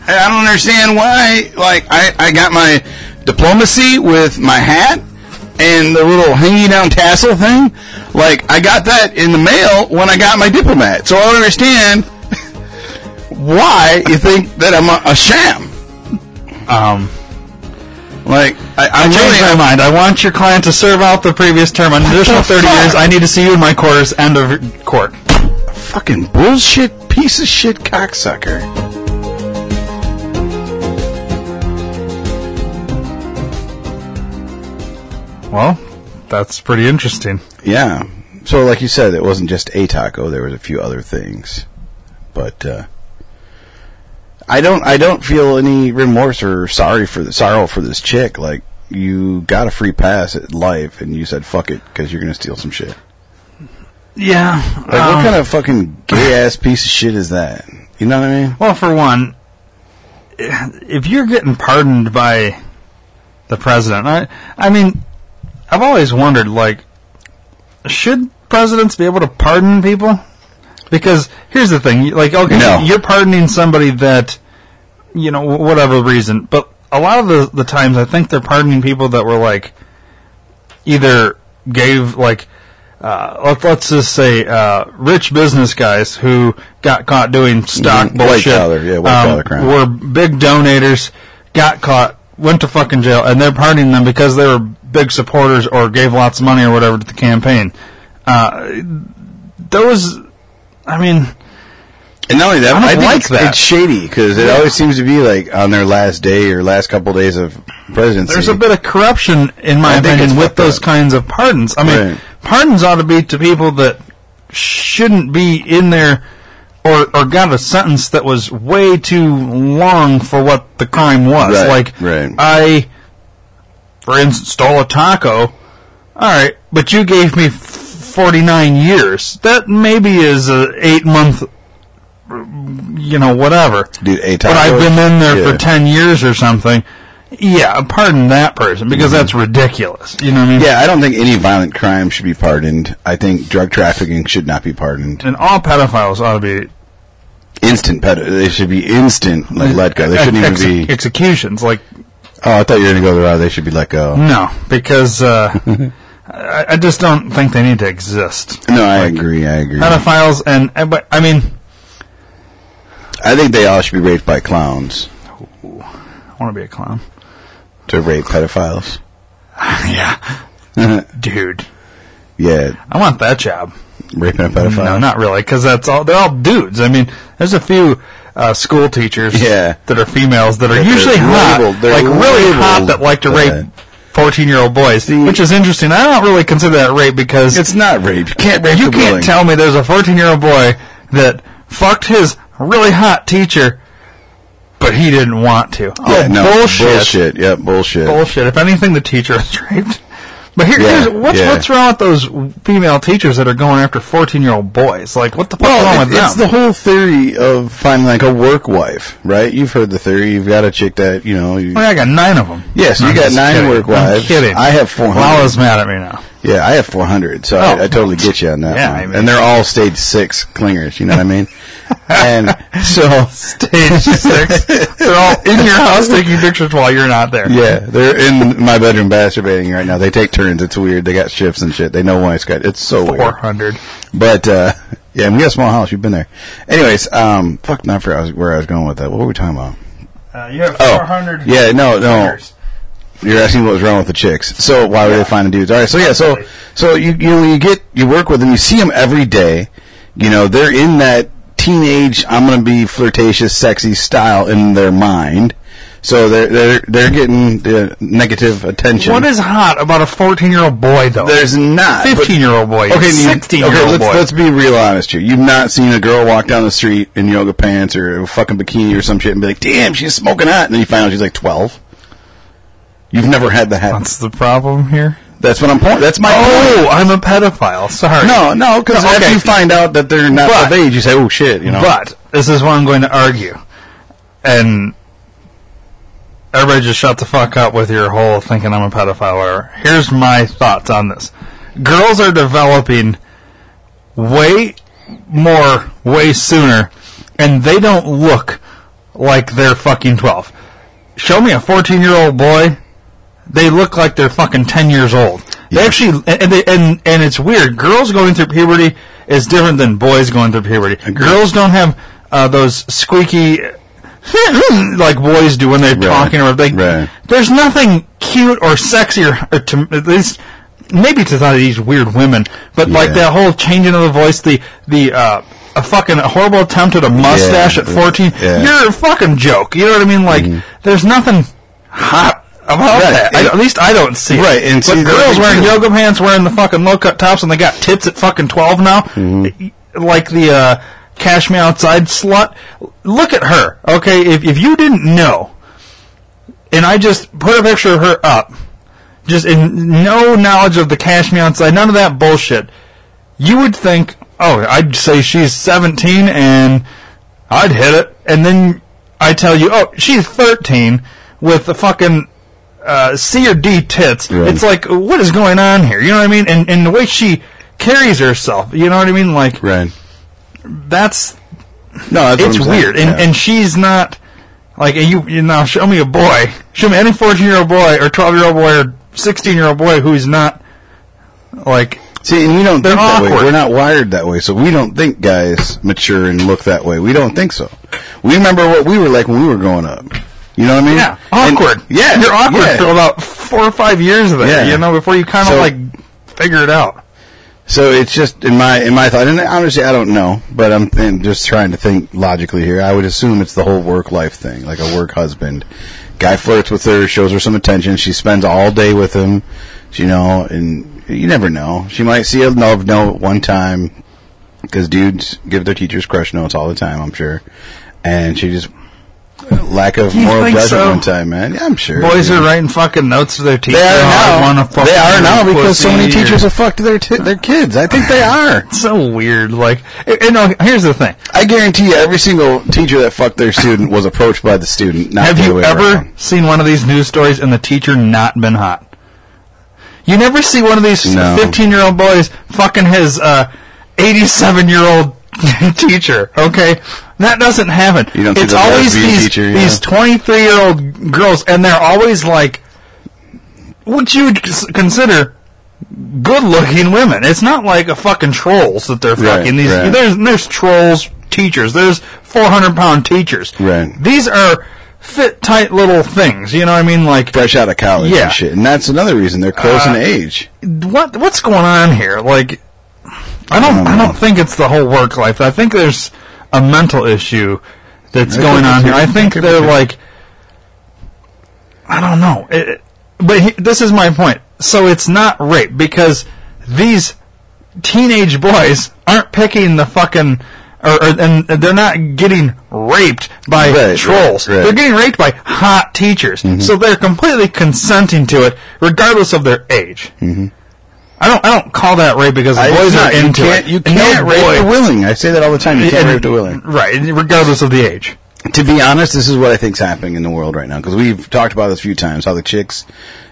[SPEAKER 2] And I don't understand why. Like I, I got my diplomacy with my hat and the little hanging down tassel thing. Like I got that in the mail when I got my diplomat. So I don't understand why you think that I'm a, a sham.
[SPEAKER 1] um,
[SPEAKER 2] Like I,
[SPEAKER 1] I
[SPEAKER 2] I'm
[SPEAKER 1] changed my
[SPEAKER 2] really.
[SPEAKER 1] mind. I want your client to serve out the previous term an additional
[SPEAKER 2] the
[SPEAKER 1] 30
[SPEAKER 2] fuck?
[SPEAKER 1] years. I need to see you in my quarters. End of court.
[SPEAKER 2] fucking bullshit piece of shit cocksucker.
[SPEAKER 1] Well, that's pretty interesting.
[SPEAKER 2] Yeah. So, like you said, it wasn't just a taco. There was a few other things, but uh, I don't. I don't feel any remorse or sorry for the sorrow for this chick. Like you got a free pass at life, and you said fuck it because you're gonna steal some shit.
[SPEAKER 1] Yeah.
[SPEAKER 2] Like what kind of fucking gay ass piece of shit is that? You know what I mean?
[SPEAKER 1] Well, for one, if you're getting pardoned by the president, I, I mean, I've always wondered, like, should presidents be able to pardon people? Because here's the thing, you- like, okay,
[SPEAKER 2] No.
[SPEAKER 1] you're pardoning somebody that, you know, wh- whatever reason, but a lot of the, the times I think they're pardoning people that were like, either gave like uh, let, let's just say uh, rich business guys who got caught doing stock
[SPEAKER 2] Mhm, white
[SPEAKER 1] bullshit um,
[SPEAKER 2] collar, yeah, white collar crime.
[SPEAKER 1] were big donators got caught went to fucking jail and they're pardoning them because they were big supporters or gave lots of money or whatever to the campaign uh, those I mean
[SPEAKER 2] And not only that,
[SPEAKER 1] I don't
[SPEAKER 2] I, think
[SPEAKER 1] like
[SPEAKER 2] it's,
[SPEAKER 1] that.
[SPEAKER 2] it's shady because it always seems to be like on their last day or last couple days of presidency.
[SPEAKER 1] there's a bit of corruption in my
[SPEAKER 2] I think
[SPEAKER 1] opinion
[SPEAKER 2] it's
[SPEAKER 1] with
[SPEAKER 2] fucked up.
[SPEAKER 1] those kinds of pardons. I mean,
[SPEAKER 2] Right.
[SPEAKER 1] pardons ought to be to people that shouldn't be in there or or got a sentence that was way too long for what the crime was.
[SPEAKER 2] Right,
[SPEAKER 1] Like
[SPEAKER 2] right.
[SPEAKER 1] I for instance stole a taco. All right, but you gave me 49 years. That maybe is a 8 month you know whatever
[SPEAKER 2] Dude, a
[SPEAKER 1] but I've been in there
[SPEAKER 2] yeah.
[SPEAKER 1] for ten years or something. Yeah, pardon that person because that's ridiculous. You know what I mean?
[SPEAKER 2] Mm-hmm. Yeah, I don't think any violent crime should be pardoned. I think drug trafficking should not be pardoned.
[SPEAKER 1] And all pedophiles ought to be
[SPEAKER 2] Instant pedo. They should be instant like let go. They shouldn't even
[SPEAKER 1] ex-
[SPEAKER 2] be.
[SPEAKER 1] executions. Like
[SPEAKER 2] Oh, I thought you were going to go the route. They should be let go.
[SPEAKER 1] no, because uh, I, I just don't think they need to exist.
[SPEAKER 2] No, I agree. I agree.
[SPEAKER 1] Pedophiles and and- but I mean,
[SPEAKER 2] I think they all should be raped by clowns
[SPEAKER 1] I want to be a clown.
[SPEAKER 2] to rape pedophiles.
[SPEAKER 1] yeah, dude,
[SPEAKER 2] Yeah,
[SPEAKER 1] I want that job.
[SPEAKER 2] raping a pedophile.
[SPEAKER 1] Mm-hmm. No, not really, because that's all. They're all dudes. I mean, there's a few uh, school teachers
[SPEAKER 2] Yeah.
[SPEAKER 1] that are females that are
[SPEAKER 2] They're
[SPEAKER 1] usually hot,
[SPEAKER 2] labeled- they're
[SPEAKER 1] like really hot,
[SPEAKER 2] labeled
[SPEAKER 1] that like to rape
[SPEAKER 2] that.
[SPEAKER 1] fourteen-year-old boys, which is interesting. I don't really consider that rape because
[SPEAKER 2] It's not rape. You can't rape
[SPEAKER 1] you
[SPEAKER 2] the
[SPEAKER 1] can't
[SPEAKER 2] bully.
[SPEAKER 1] tell me there's a fourteen-year-old boy that fucked his really hot teacher, but he didn't want to.
[SPEAKER 2] Yeah,
[SPEAKER 1] oh,
[SPEAKER 2] no,
[SPEAKER 1] bullshit.
[SPEAKER 2] Bullshit. Yeah, bullshit.
[SPEAKER 1] Bullshit. If anything, the teacher is raped. But here,
[SPEAKER 2] Yeah,
[SPEAKER 1] here's what's
[SPEAKER 2] yeah.
[SPEAKER 1] what's wrong with those female teachers that are going after fourteen year old boys? Like, what the fuck's
[SPEAKER 2] Well,
[SPEAKER 1] wrong
[SPEAKER 2] it-
[SPEAKER 1] with
[SPEAKER 2] it's
[SPEAKER 1] them?
[SPEAKER 2] the whole theory of finding like a work wife, right? You've heard the theory. You've got a chick that you know. You,
[SPEAKER 1] I, mean, I got nine of them.
[SPEAKER 2] Yes, you got nine work wives.
[SPEAKER 1] I'm kidding.
[SPEAKER 2] I have 400.
[SPEAKER 1] Lala's mad at me now.
[SPEAKER 2] yeah, I have 400, so
[SPEAKER 1] Oh.
[SPEAKER 2] I, I totally get you on that.
[SPEAKER 1] Yeah,
[SPEAKER 2] one.
[SPEAKER 1] I mean-
[SPEAKER 2] and they're all stage six clingers. You know what I mean? and so
[SPEAKER 1] Stage six. They're all in your house taking pictures while you're not there.
[SPEAKER 2] Yeah, they're in my bedroom masturbating right now. They take turns. It's weird. They got shifts and shit. They know why it's got. It's so
[SPEAKER 1] Four
[SPEAKER 2] weird.
[SPEAKER 1] hundred.
[SPEAKER 2] But uh, yeah, and we got a small house. You've been there. Anyways, um, fuck, not for where I was going with that. What were we talking about?
[SPEAKER 1] Uh, you have
[SPEAKER 2] Oh,
[SPEAKER 1] four hundred.
[SPEAKER 2] yeah, no, no. You're asking what was wrong with the chicks. So why were they finding dudes? All right. So yeah. So so you you you get you work with them. You see them every day. You know they're in that teenage. I'm gonna be flirtatious, sexy style in their mind. So they're they're they're getting the negative attention.
[SPEAKER 1] What is hot about a fourteen year old boy though?
[SPEAKER 2] There's not but-
[SPEAKER 1] fifteen year old boy.
[SPEAKER 2] Okay, you-
[SPEAKER 1] sixteen year
[SPEAKER 2] okay,
[SPEAKER 1] old
[SPEAKER 2] let's,
[SPEAKER 1] boy.
[SPEAKER 2] let's be real honest here. You've not seen a girl walk down the street in yoga pants or a fucking bikini or some shit and be like, "Damn, she's smoking hot," and then you find out she's like twelve. You've never had that happen.
[SPEAKER 1] That's the problem here.
[SPEAKER 2] That's what I'm pointing. That's my
[SPEAKER 1] Oh, I'm a pedophile. Sorry.
[SPEAKER 2] point. No, no, because
[SPEAKER 1] Oh! No,
[SPEAKER 2] after
[SPEAKER 1] okay.
[SPEAKER 2] you find out that they're not
[SPEAKER 1] But-
[SPEAKER 2] of age, you say, "Oh shit," you know.
[SPEAKER 1] But this is what I'm going to argue, and everybody just shut the fuck up with your whole thinking I'm a pedophile. Or here's my thoughts on this: girls are developing way more, way sooner, and they don't look like they're fucking twelve. Show me a fourteen year old boy; they look like they're fucking ten years old. They actually, and and, they, and and it's weird. Girls going through puberty is different than boys going through puberty. Girls don't have uh, those squeaky like boys do when they're
[SPEAKER 2] Right.
[SPEAKER 1] talking or if they.
[SPEAKER 2] Right.
[SPEAKER 1] There's nothing cute or sexy or, or to, at least maybe to some of these weird women, but like
[SPEAKER 2] Yeah.
[SPEAKER 1] that whole changing of the voice, the the uh, a fucking horrible attempt at a mustache at 14.
[SPEAKER 2] Yeah. Mm-hmm.
[SPEAKER 1] You're a fucking joke. You know what I mean? Like there's nothing hot about
[SPEAKER 2] Right.
[SPEAKER 1] that. I, at least I don't see it.
[SPEAKER 2] Right, and
[SPEAKER 1] But
[SPEAKER 2] see,
[SPEAKER 1] girls
[SPEAKER 2] they
[SPEAKER 1] wearing
[SPEAKER 2] do.
[SPEAKER 1] yoga pants, wearing the fucking low cut tops, and they got tits at fucking twelve now,
[SPEAKER 2] Mm-hmm.
[SPEAKER 1] like the uh, cash me outside slut. Look at her, okay? If if you didn't know, and I just put a picture of her up, just in no knowledge of the cash me outside, none of that bullshit, you would think, oh, I'd say she's seventeen and I'd hit it, and then I tell you, oh, she's thirteen with the fucking uh, C or D tits.
[SPEAKER 2] Right.
[SPEAKER 1] It's like, what is going on here? You know what I mean? And and the way she carries herself, you know what I mean? Like
[SPEAKER 2] right.
[SPEAKER 1] that's
[SPEAKER 2] No, that's what
[SPEAKER 1] it's
[SPEAKER 2] I'm saying.
[SPEAKER 1] weird, and
[SPEAKER 2] Yeah.
[SPEAKER 1] and she's not like and you. You now show me a boy, show me any fourteen year old boy or twelve year old boy or sixteen year old boy who's not like
[SPEAKER 2] See, and we don't
[SPEAKER 1] They're
[SPEAKER 2] think that way.
[SPEAKER 1] awkward.
[SPEAKER 2] We're not wired that way, so we don't think guys mature and look that way. We don't think so. We remember what we were like when we were growing up. You know what I mean?
[SPEAKER 1] yeah
[SPEAKER 2] And-
[SPEAKER 1] awkward.
[SPEAKER 2] yeah,
[SPEAKER 1] you're awkward
[SPEAKER 2] yeah.
[SPEAKER 1] for about four or five years of that.
[SPEAKER 2] Yeah.
[SPEAKER 1] You know, before you kind of
[SPEAKER 2] So-
[SPEAKER 1] like figure it out.
[SPEAKER 2] So it's just in my in my thought, and honestly, I don't know, but I'm, I'm just trying to think logically here. I would assume it's the whole work life thing, like a work husband. Guy flirts with her, shows her some attention. She spends all day with him, you know, and you never know. She might see a love note one time because dudes give their teachers crush notes all the time. I'm sure, and she just lack of moral
[SPEAKER 1] think
[SPEAKER 2] judgment
[SPEAKER 1] so?
[SPEAKER 2] one time, man. Yeah, I'm sure
[SPEAKER 1] Boys
[SPEAKER 2] Yeah.
[SPEAKER 1] are writing fucking notes to their teacher.
[SPEAKER 2] They are
[SPEAKER 1] "Oh, I
[SPEAKER 2] now.
[SPEAKER 1] wanna fucking
[SPEAKER 2] They are now
[SPEAKER 1] eat
[SPEAKER 2] because so many
[SPEAKER 1] pussy," or-
[SPEAKER 2] teachers have fucked their t- their kids. I think they are.
[SPEAKER 1] It's so weird. Like, and, and, uh, here's the thing:
[SPEAKER 2] I guarantee you, every single teacher that fucked their student was approached by the student. Not
[SPEAKER 1] Have
[SPEAKER 2] the
[SPEAKER 1] you
[SPEAKER 2] way
[SPEAKER 1] ever
[SPEAKER 2] around.
[SPEAKER 1] seen one of these news stories and the teacher not been hot? You never see one of these
[SPEAKER 2] No.
[SPEAKER 1] 15 year old boys fucking his 87 year old teacher, okay? That doesn't happen.
[SPEAKER 2] You don't see
[SPEAKER 1] it's
[SPEAKER 2] the
[SPEAKER 1] always
[SPEAKER 2] lesbian
[SPEAKER 1] these
[SPEAKER 2] teacher, yeah.
[SPEAKER 1] these 23 year old girls, and they're always like what you would cons- consider good looking women. It's not like a fucking trolls that they're
[SPEAKER 2] Right,
[SPEAKER 1] fucking. these
[SPEAKER 2] right.
[SPEAKER 1] There's, there's trolls teachers, there's 400 pound teachers.
[SPEAKER 2] Right.
[SPEAKER 1] These are fit, tight little things. You know what I mean? Like,
[SPEAKER 2] Fresh out of college
[SPEAKER 1] Yeah. Uh,
[SPEAKER 2] and shit, and that's another reason they're close in age.
[SPEAKER 1] what what's going on here? Like, I don't. I don't think it's the whole work life. I think there's a mental issue that's
[SPEAKER 2] That could
[SPEAKER 1] going
[SPEAKER 2] be
[SPEAKER 1] on here.
[SPEAKER 2] too.
[SPEAKER 1] I think
[SPEAKER 2] That could be
[SPEAKER 1] they're
[SPEAKER 2] too.
[SPEAKER 1] like, I don't know. It, it- but he, this is my point. So it's not rape because these teenage boys aren't picking the fucking. Or, or, and they're not getting raped by
[SPEAKER 2] Right,
[SPEAKER 1] trolls.
[SPEAKER 2] right, Mm-hmm. right.
[SPEAKER 1] They're getting raped by hot teachers. So they're completely consenting to it, regardless of their age. I don't. I don't call that rape because the
[SPEAKER 2] I,
[SPEAKER 1] boys
[SPEAKER 2] it's
[SPEAKER 1] are
[SPEAKER 2] not, you
[SPEAKER 1] into
[SPEAKER 2] can't,
[SPEAKER 1] it.
[SPEAKER 2] you
[SPEAKER 1] And no
[SPEAKER 2] can't rape the willing. I say that all the time. You can't
[SPEAKER 1] and-
[SPEAKER 2] rape the willing.
[SPEAKER 1] Right, regardless of the age.
[SPEAKER 2] to be honest, this is what I think's happening in the world right now because we've talked about this a few times how the chicks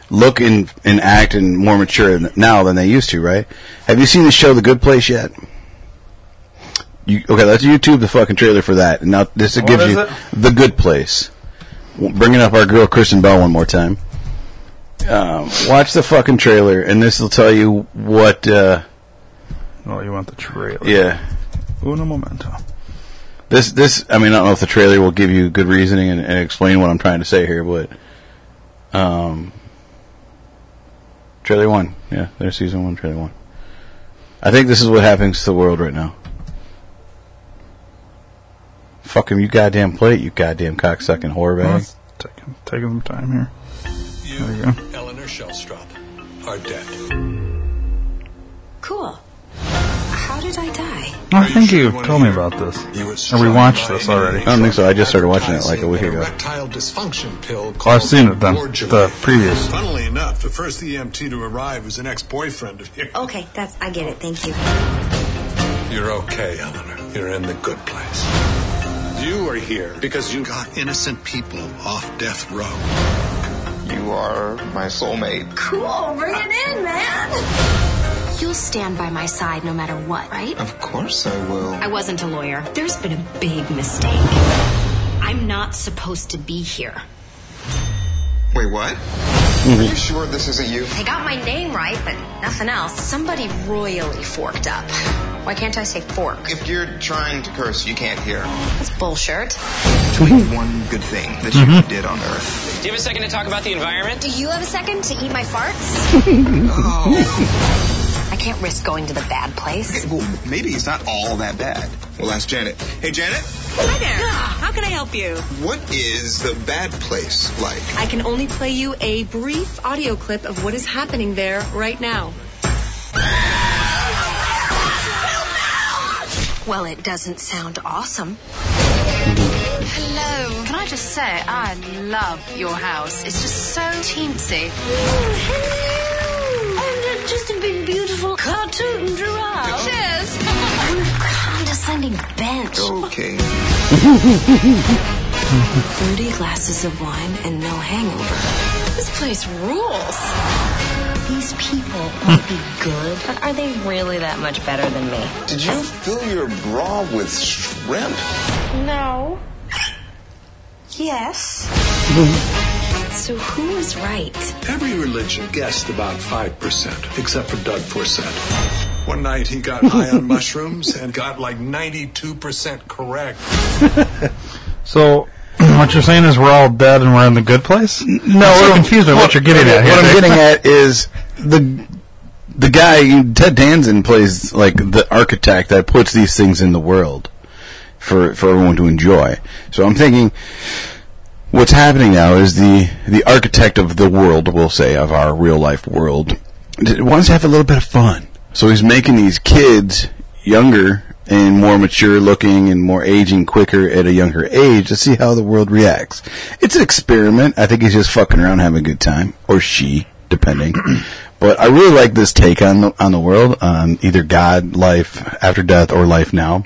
[SPEAKER 2] look and, and act and more mature now than they used to. Right? Have you seen the show The Good Place yet? You, okay, let's YouTube the fucking trailer for that. And now this it
[SPEAKER 1] What
[SPEAKER 2] gives
[SPEAKER 1] is
[SPEAKER 2] you
[SPEAKER 1] it?
[SPEAKER 2] The Good Place. W- Bringing up our girl Kristen Bell one more time. Um, watch the fucking trailer, and this will tell you what. Uh,
[SPEAKER 1] Oh, you want the trailer?
[SPEAKER 2] yeah.
[SPEAKER 1] Uno momento.
[SPEAKER 2] This, this, I mean, I don't know if the trailer will give you good reasoning and, and explain what I'm trying to say here, but, um, trailer one, yeah, there's season one, trailer one. I think this is what happens to the world right now. Fuck him, you goddamn plate, you goddamn cocksucking whore
[SPEAKER 1] Well,
[SPEAKER 2] bag.
[SPEAKER 1] it's taking, taking some time here. There you go.
[SPEAKER 11] Eleanor Shellstrop are dead.
[SPEAKER 1] Oh,
[SPEAKER 9] Cool. How did I die?
[SPEAKER 1] I think you told me about this, or we watched this already.
[SPEAKER 2] I don't think so. I just started watching it like a week ago.
[SPEAKER 11] Erectile dysfunction pill.
[SPEAKER 1] Oh, I've seen it then.
[SPEAKER 11] Gorgeous.
[SPEAKER 1] The previous.
[SPEAKER 11] Funnily enough, the first EMT to arrive was an ex-boyfriend of yours.
[SPEAKER 9] Okay, that's I get it. Thank you.
[SPEAKER 11] You're okay, Eleanor. You're in the good place. You are here because you got innocent people off death row. You are my soulmate.
[SPEAKER 9] Cool. Bring it in, man. You'll stand by my side no matter what, right?
[SPEAKER 11] Of course I will.
[SPEAKER 9] I wasn't a lawyer. There's been a big mistake. I'm not supposed to be here.
[SPEAKER 12] Wait, what? Are you sure this isn't you?
[SPEAKER 9] They got my name right, but nothing else. Somebody royally forked up. Why can't I say fork?
[SPEAKER 12] If you're trying to curse, you can't hear.
[SPEAKER 9] That's bullshit.
[SPEAKER 12] Only one good thing that you did on Earth.
[SPEAKER 5] Do you have a second to talk about the environment?
[SPEAKER 9] Do you have a second to eat my farts? I can't risk going to the bad place.
[SPEAKER 12] Well, maybe it's not all that bad. We'll ask Janet. Hey, Janet,
[SPEAKER 13] Hi there. How can I help you?
[SPEAKER 12] what is the bad place like?
[SPEAKER 13] I can only play you a brief audio clip of what is happening there right now.
[SPEAKER 9] Well, it doesn't sound awesome. Hello.
[SPEAKER 14] Can I just say, I love your house. It's just so teensy.
[SPEAKER 9] Oh, I've just been beautiful cartoon giraffe.
[SPEAKER 14] Cheers.
[SPEAKER 9] Condescending bench.
[SPEAKER 12] Okay.
[SPEAKER 9] Thirty glasses of wine and no hangover. This place rules. These people might be good, but are they really that much better than me?
[SPEAKER 12] Did you fill your bra with shrimp?
[SPEAKER 9] No. Yes. So who is right?
[SPEAKER 11] Every religion guessed about 5%, except for Doug Forsett. One night he got high on mushrooms and got like 92% correct.
[SPEAKER 1] So, what you're saying is we're all dead and we're in the good place? No, I'm so confused by what you're getting at here.
[SPEAKER 2] Mm. What I'm getting at is the the guy Ted Danson plays like the architect that puts these things in the world for for everyone to enjoy. So I'm thinking what's happening now is the the architect of the world, we'll say, of our real life world, d- wants to have a little bit of fun. So he's making these kids younger and more mature looking and more aging quicker at a younger age to see how the world reacts. It's an experiment. I think he's just fucking around having a good time. Or she, depending. but I really like this take on the, on the world, on either God, life after death, or life now.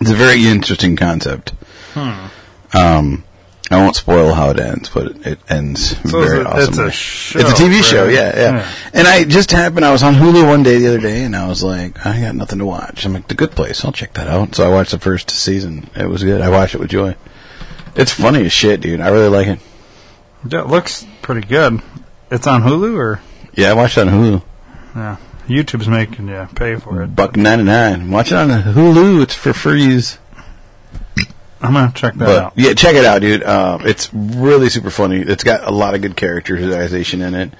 [SPEAKER 2] It's a very interesting concept.
[SPEAKER 1] Hmm.
[SPEAKER 2] Um, I won't spoil how it ends, but it, it ends
[SPEAKER 1] So
[SPEAKER 2] very
[SPEAKER 1] it's a- it's
[SPEAKER 2] awesomely.
[SPEAKER 1] a show,
[SPEAKER 2] It's a TV
[SPEAKER 1] right? Hmm.
[SPEAKER 2] show, yeah, yeah,
[SPEAKER 1] Yeah.
[SPEAKER 2] And I just happened, I was on Hulu one day the other day, and I was like, I got nothing to watch. I'm like, The Good Place, I'll check that out. So I watched the first season. It was good. I watched it with joy. It's funny as shit, dude. I really like it.
[SPEAKER 1] Yeah, it looks pretty good. It's on Hulu or
[SPEAKER 2] Yeah, I watched it on Hulu.
[SPEAKER 1] yeah, YouTube's making you pay for it.
[SPEAKER 2] Buck 99. Watch it on Hulu. It's for freeze.
[SPEAKER 1] I'm gonna check that
[SPEAKER 2] but,
[SPEAKER 1] out.
[SPEAKER 2] Yeah, check it out, dude. Um, it's really super funny. It's got a lot of good characterization in it.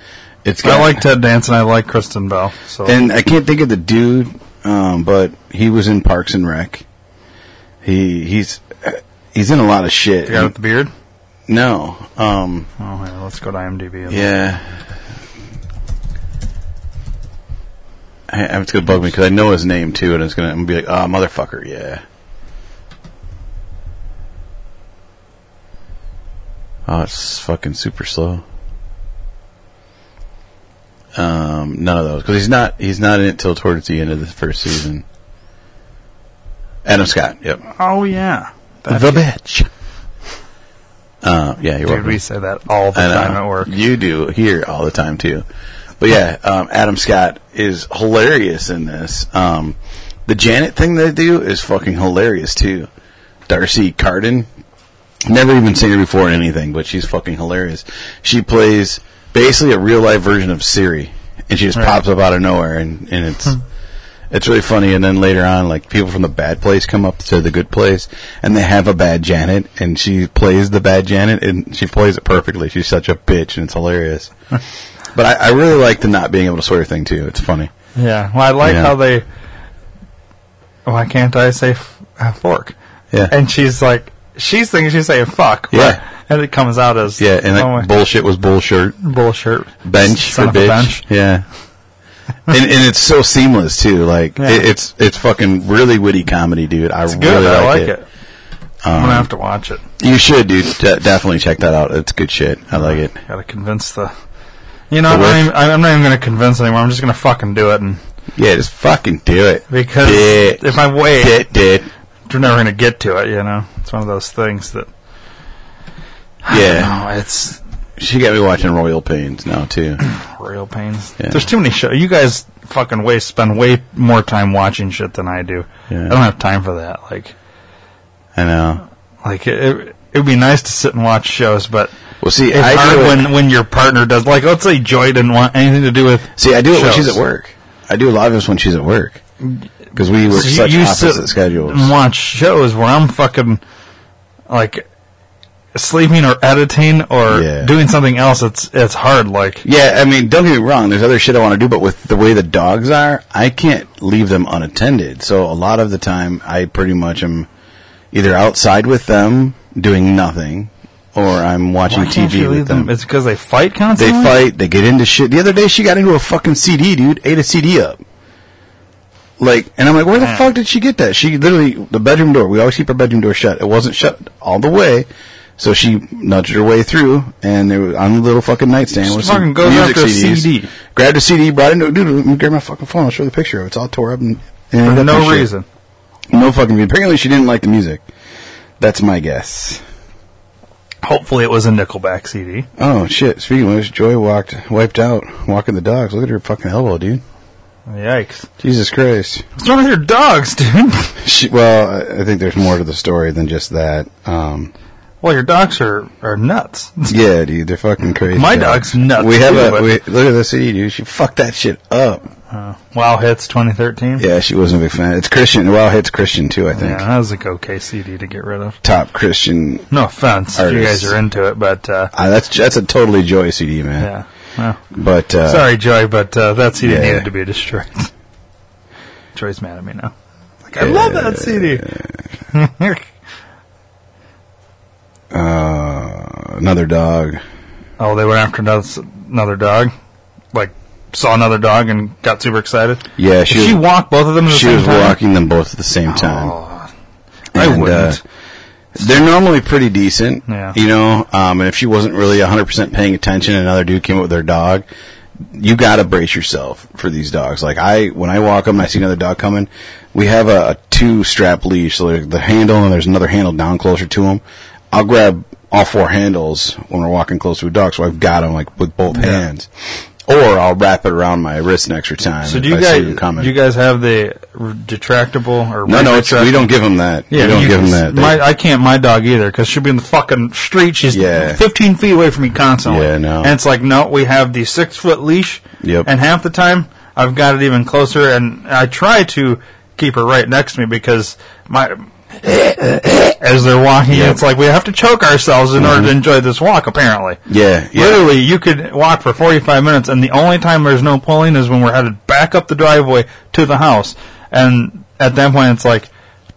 [SPEAKER 2] It's got
[SPEAKER 1] I like Ted Danson. I like Kristen Bell. So
[SPEAKER 2] And I can't think of the dude. um, but he was in Parks and Rec. He he's he's in a lot of shit.
[SPEAKER 1] The guy with the beard?
[SPEAKER 2] No. Um,
[SPEAKER 1] Mm-hmm. oh, yeah, let's go to IMDb. and-
[SPEAKER 2] yeah. I, I- it's gonna bug me because I know his name too, and it's gonna I'm gonna be like, ah, motherfucker, yeah. Oh, it's fucking super slow. Um, none of those because he's not he's not in it till towards the end of the first season. Adam Scott, yep,
[SPEAKER 1] Oh yeah.
[SPEAKER 2] the bitch. Uh, yeah, you're
[SPEAKER 1] Dude,
[SPEAKER 2] welcome.
[SPEAKER 1] we say that all the
[SPEAKER 2] I know.
[SPEAKER 1] time at work.
[SPEAKER 2] You do here all the time too. But yeah, um, Adam Scott is hilarious in this. Um, the Janet thing they do is fucking hilarious too. Darcy Carden, never even seen her before in anything, but she's fucking hilarious. She plays basically a real life version of Siri, and she just pops up out of nowhere, and and it's.
[SPEAKER 1] Hmm.
[SPEAKER 2] It's really funny, and then later on, like people from the bad place come up to the good place, and they have a bad Janet, and she plays the bad Janet, and she plays it perfectly. She's such a bitch, and it's hilarious. but I, I really like the not being able to swear thing too. It's funny.
[SPEAKER 1] Yeah. Well, I like
[SPEAKER 2] Yeah.
[SPEAKER 1] how they. Why can't I say f- uh, fork?
[SPEAKER 2] Yeah.
[SPEAKER 1] And she's like, she's thinking she's saying fuck. but-
[SPEAKER 2] Yeah.
[SPEAKER 1] And it comes out as
[SPEAKER 2] Yeah, and
[SPEAKER 1] oh,
[SPEAKER 2] that bullshit was bullshit.
[SPEAKER 1] bullshit.
[SPEAKER 2] bench
[SPEAKER 1] Son
[SPEAKER 2] for
[SPEAKER 1] of a
[SPEAKER 2] bitch.
[SPEAKER 1] bench.
[SPEAKER 2] Yeah. and, and it's so seamless too. Like
[SPEAKER 1] Yeah.
[SPEAKER 2] it, it's it's fucking really witty comedy, dude. I
[SPEAKER 1] It's good.
[SPEAKER 2] really
[SPEAKER 1] I like
[SPEAKER 2] like,
[SPEAKER 1] it.
[SPEAKER 2] it.
[SPEAKER 1] I'm gonna
[SPEAKER 2] Um,
[SPEAKER 1] have to watch it.
[SPEAKER 2] You should, dude. De- definitely check that out. It's good shit. I like it.
[SPEAKER 1] Got to convince the. You know,
[SPEAKER 2] The
[SPEAKER 1] I'm
[SPEAKER 2] whiff.
[SPEAKER 1] not, even, I'm not even gonna convince anyone. I'm just gonna fucking do it, and
[SPEAKER 2] Yeah, just fucking do it.
[SPEAKER 1] because
[SPEAKER 2] Did.
[SPEAKER 1] if I wait,
[SPEAKER 2] Did, did.
[SPEAKER 1] we're never gonna get to it. You know, it's one of those things that.
[SPEAKER 2] Yeah.
[SPEAKER 1] No, it's
[SPEAKER 2] She got me watching Royal Pains now too.
[SPEAKER 1] real pains.
[SPEAKER 2] Yeah.
[SPEAKER 1] There's too many shows. You guys fucking waste spend way more time watching shit than I do.
[SPEAKER 2] Yeah.
[SPEAKER 1] I don't have time for that. Like,
[SPEAKER 2] I know.
[SPEAKER 1] like it, it would be nice to sit and watch shows, but
[SPEAKER 2] Well, see,
[SPEAKER 1] it's
[SPEAKER 2] I
[SPEAKER 1] hard
[SPEAKER 2] do it-
[SPEAKER 1] when when your partner does. Like, let's say Joy didn't want anything to do with.
[SPEAKER 2] See, I do it when she's
[SPEAKER 1] shows.
[SPEAKER 2] at work. I do a lot of this when she's at work because we work
[SPEAKER 1] So
[SPEAKER 2] such opposite
[SPEAKER 1] sit
[SPEAKER 2] schedules.
[SPEAKER 1] and watch shows where I'm fucking like sleeping or editing or
[SPEAKER 2] Yeah.
[SPEAKER 1] doing something else. It's it's hard. Like,
[SPEAKER 2] Yeah, I mean, don't get me wrong. There's other shit I want to do, but with the way the dogs are, I can't leave them unattended. So a lot of the time, I pretty much am either outside with them doing nothing, or I'm watching
[SPEAKER 1] why can't
[SPEAKER 2] TV
[SPEAKER 1] you leave
[SPEAKER 2] with them.
[SPEAKER 1] them? It's because they fight
[SPEAKER 2] They
[SPEAKER 1] constantly.
[SPEAKER 2] fight. They get into shit. The other day, she got into a fucking CD, dude. Ate a CD up. Like, and I'm like, where the
[SPEAKER 1] Man.
[SPEAKER 2] fuck did she get that? She literally the bedroom door. We always keep our bedroom door shut. It wasn't shut all the way, so she nudged her way through, and there was, on the little fucking nightstand
[SPEAKER 1] Just
[SPEAKER 2] was some
[SPEAKER 1] fucking goes
[SPEAKER 2] music
[SPEAKER 1] after a
[SPEAKER 2] CDs.
[SPEAKER 1] CD.
[SPEAKER 2] Grabbed a CD, brought it. into- Dude, let me grab my fucking phone. I'll show you the picture of it. It's all tore up and, and
[SPEAKER 1] for
[SPEAKER 2] ended up in
[SPEAKER 1] no
[SPEAKER 2] shit.
[SPEAKER 1] reason.
[SPEAKER 2] No fucking. reason. Apparently, she didn't like the music. That's my guess.
[SPEAKER 1] Hopefully, it was a Nickelback CD.
[SPEAKER 2] Oh shit! Speaking of which, Joy walked wiped out walking the dogs. Look at her fucking elbow, dude.
[SPEAKER 1] Yikes!
[SPEAKER 2] Jesus Christ.
[SPEAKER 1] What's wrong with your dogs, dude?
[SPEAKER 2] She, well, I- I think there's more to the story than just that. Um,
[SPEAKER 1] well, your dogs are are nuts.
[SPEAKER 2] yeah, dude, they're fucking crazy.
[SPEAKER 1] My dog's nuts,
[SPEAKER 2] We have
[SPEAKER 1] too,
[SPEAKER 2] a
[SPEAKER 1] but-
[SPEAKER 2] we, look at the city, dude. She fucked that shit up.
[SPEAKER 1] Uh, wow hits 2013.
[SPEAKER 2] Yeah, she wasn't a big fan. It's Christian. Well, it's Christian too. I think
[SPEAKER 1] Yeah, that was like okay CD to get rid of.
[SPEAKER 2] top Christian.
[SPEAKER 1] No offense, if you
[SPEAKER 2] Artists.
[SPEAKER 1] guys are into it, but uh,
[SPEAKER 2] Uh, that's that's a totally Joy CD, man.
[SPEAKER 1] yeah. Well,
[SPEAKER 2] But uh,
[SPEAKER 1] sorry, Joy, but uh, that CD
[SPEAKER 2] yeah.
[SPEAKER 1] needed to be destroyed. Joy's mad at me now. Like, I love that CD.
[SPEAKER 2] uh, another dog.
[SPEAKER 1] oh, they went after another, another dog. Like saw another dog and got super excited.
[SPEAKER 2] Yeah, she
[SPEAKER 1] Did she
[SPEAKER 2] was-
[SPEAKER 1] walked both of them. At the
[SPEAKER 2] She
[SPEAKER 1] same
[SPEAKER 2] was
[SPEAKER 1] time? Oh,
[SPEAKER 2] walking them both at the same time.
[SPEAKER 1] I
[SPEAKER 2] And, uh,
[SPEAKER 1] wouldn't.
[SPEAKER 2] They're normally pretty decent,
[SPEAKER 1] Yeah.
[SPEAKER 2] you know. Um, and if she wasn't really 100% paying attention, and another dude came up with their dog. You got to brace yourself for these dogs. Like I, when I walk them, and I see another dog coming. We have a, a two strap leash, so there's the handle and there's another handle down closer to them. I'll grab all four handles when we're walking close to a dog, so I've got them like with both hands, or I'll wrap it around my wrist an extra time.
[SPEAKER 1] so
[SPEAKER 2] if
[SPEAKER 1] do you
[SPEAKER 2] I see them
[SPEAKER 1] guys?
[SPEAKER 2] coming.
[SPEAKER 1] Do you guys have the r- detractable or
[SPEAKER 2] no, no, it's, we
[SPEAKER 1] retractable?
[SPEAKER 2] don't give them that.
[SPEAKER 1] Yeah,
[SPEAKER 2] we don't
[SPEAKER 1] you-
[SPEAKER 2] give them that. They-
[SPEAKER 1] My, I can't my dog either because she'll be in the fucking street. She's
[SPEAKER 2] Yeah.
[SPEAKER 1] 15 feet away from me constantly.
[SPEAKER 2] Yeah, no.
[SPEAKER 1] And it's like, no, we have the six foot leash.
[SPEAKER 2] Yep.
[SPEAKER 1] And half the time, I've got it even closer, and I try to keep her right next to me because my as they're walking,
[SPEAKER 2] Yep. Mm-hmm.
[SPEAKER 1] it's like we have to choke ourselves in order to enjoy this walk. Apparently,
[SPEAKER 2] yeah, yeah.
[SPEAKER 1] Literally, you could walk for 45 minutes, and the only time there's no pulling is when we're headed back up the driveway to the house. And at that point, it's like,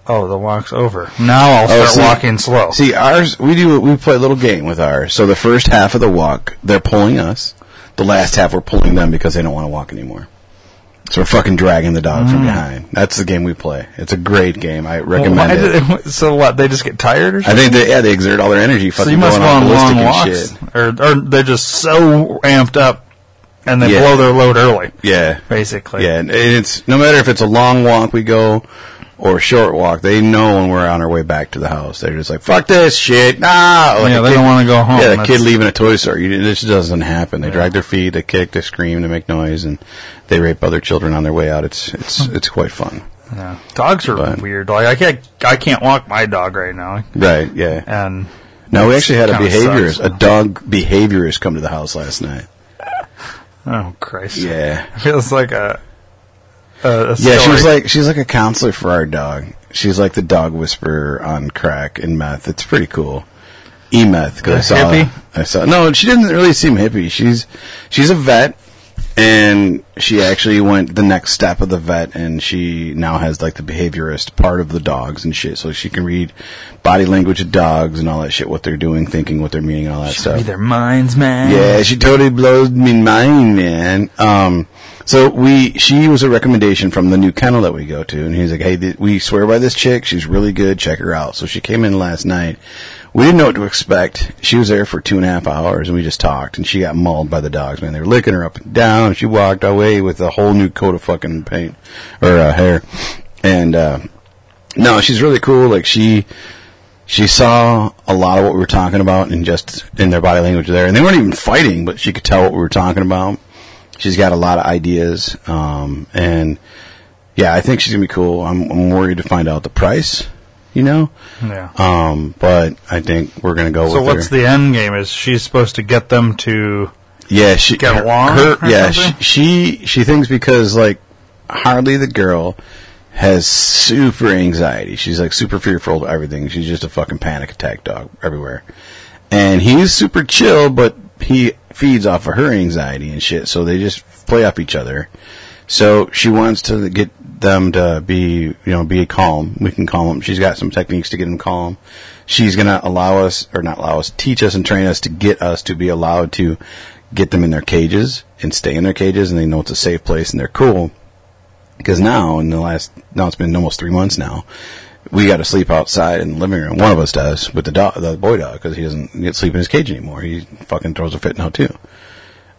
[SPEAKER 1] oh, the walk's over. Now I'll
[SPEAKER 2] Oh,
[SPEAKER 1] start
[SPEAKER 2] see-
[SPEAKER 1] walking slow.
[SPEAKER 2] See, ours, we do, we play a little game with ours. So the first half of the walk, they're pulling us. The last half, we're pulling them because they don't want to walk anymore. So we're fucking dragging the dog from
[SPEAKER 1] Mm.
[SPEAKER 2] behind. That's the game we play. It's a great game. I
[SPEAKER 1] Well,
[SPEAKER 2] recommend
[SPEAKER 1] why
[SPEAKER 2] it.
[SPEAKER 1] do they- so what? They just get tired or
[SPEAKER 2] I
[SPEAKER 1] something?
[SPEAKER 2] think they, yeah, they exert all their energy
[SPEAKER 1] so
[SPEAKER 2] fucking
[SPEAKER 1] you must go
[SPEAKER 2] going on
[SPEAKER 1] on
[SPEAKER 2] ballistic
[SPEAKER 1] long
[SPEAKER 2] and
[SPEAKER 1] walks,
[SPEAKER 2] shit.
[SPEAKER 1] or or they're just so amped up, and they
[SPEAKER 2] Yeah.
[SPEAKER 1] blow their load early.
[SPEAKER 2] Yeah.
[SPEAKER 1] Basically.
[SPEAKER 2] Yeah, and it's no matter if it's a long walk we go or a short walk, they know when we're on our way back to the house. They're just like, fuck this shit. Nah. Like
[SPEAKER 1] Yeah,
[SPEAKER 2] a
[SPEAKER 1] they
[SPEAKER 2] kid-
[SPEAKER 1] don't wanna go home.
[SPEAKER 2] Yeah, the
[SPEAKER 1] That's-
[SPEAKER 2] kid leaving a toy store. You, this doesn't happen. They drag their feet, they kick, they scream, they make noise, and they rape other children on their way out. It's it's it's quite fun.
[SPEAKER 1] Yeah. Dogs are
[SPEAKER 2] But-
[SPEAKER 1] weird. Like I can't I can't walk my dog right now.
[SPEAKER 2] Right, yeah.
[SPEAKER 1] And
[SPEAKER 2] No, we actually had a
[SPEAKER 1] Kinda
[SPEAKER 2] behaviorist,
[SPEAKER 1] sucks.
[SPEAKER 2] a dog behaviorist come to the house last night.
[SPEAKER 1] oh Christ.
[SPEAKER 2] Yeah.
[SPEAKER 1] It feels like a, a, a
[SPEAKER 2] Yeah, she
[SPEAKER 1] story.
[SPEAKER 2] was like she's like a counselor for our dog. She's like the dog whisperer on crack and meth. It's pretty cool. E meth
[SPEAKER 1] A
[SPEAKER 2] because I saw
[SPEAKER 1] hippie?
[SPEAKER 2] I saw no. She didn't really seem hippie. She's she's a vet, and she actually went the next step of the vet, and she now has like the behaviorist part of the dogs and shit, so she can read body language of dogs and all that shit, what they're doing, thinking, what they're meaning, and all that stuff.
[SPEAKER 1] Be their minds, man.
[SPEAKER 2] Yeah, she totally blows me mind, man. Um, so we, she was a recommendation from the new kennel that we go to, and he's like, "Hey, th- we swear by this chick. She's really good. Check her out." So she came in last night. We didn't know what to expect. She was there for two and a half hours, and we just talked, and she got mauled by the dogs. Man, they were licking her up and down. She walked away with a whole new coat of fucking paint or uh, hair, and uh, no, she's really cool. Like she she saw a lot of what we were talking about and just in their body language there. And they weren't even fighting, but she could tell what we were talking about. She's got a lot of ideas. Um, and yeah, I think she's going to be cool. I'm, I'm worried to find out the price, you know?
[SPEAKER 1] Yeah.
[SPEAKER 2] Um, but I think we're going to go
[SPEAKER 1] Hmm. So
[SPEAKER 2] with her.
[SPEAKER 1] what's the end game? Is she's supposed to get them to?
[SPEAKER 2] Yeah, she
[SPEAKER 1] Get
[SPEAKER 2] her-
[SPEAKER 1] along
[SPEAKER 2] her-
[SPEAKER 1] or
[SPEAKER 2] yeah, she,
[SPEAKER 1] something?
[SPEAKER 2] she she thinks because like hardly the girl has super anxiety. She's like super fearful of everything. She's just a fucking panic attack dog everywhere. And he's super chill, but he feeds off of her anxiety and shit. So they just play off each other. So she wants to get them to be, you know, be calm. We can calm them. She's got some techniques to get them calm. She's going to allow us, or not allow us, teach us and train us to get us to be allowed to get them in their cages and stay in their cages and they know it's a safe place and they're cool. Because now, in the last, now it's been almost three months now, we got to sleep outside in the living room. One of us does, with the dog, the boy dog, because he doesn't get sleep in his cage anymore. He fucking throws a fit now too.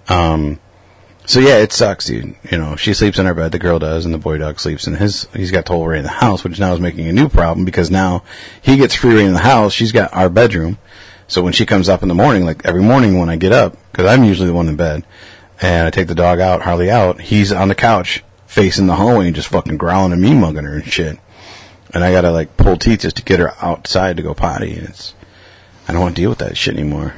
[SPEAKER 2] Um, so yeah, it sucks, dude. You know, she sleeps in our bed, the girl does, and the boy dog sleeps in his. He's got total reign in the house, which now is making a new problem because now he gets free reign in the house. She's got our bedroom, so when she comes up in the morning, like every morning when I get up, because I'm usually the one in bed, and I take the dog out, Harley out, he's on the couch facing the hallway and just fucking growling at me, mugging her and shit. And I gotta like pull teeth just to get her outside to go potty, and it's I don't want to deal with that shit anymore.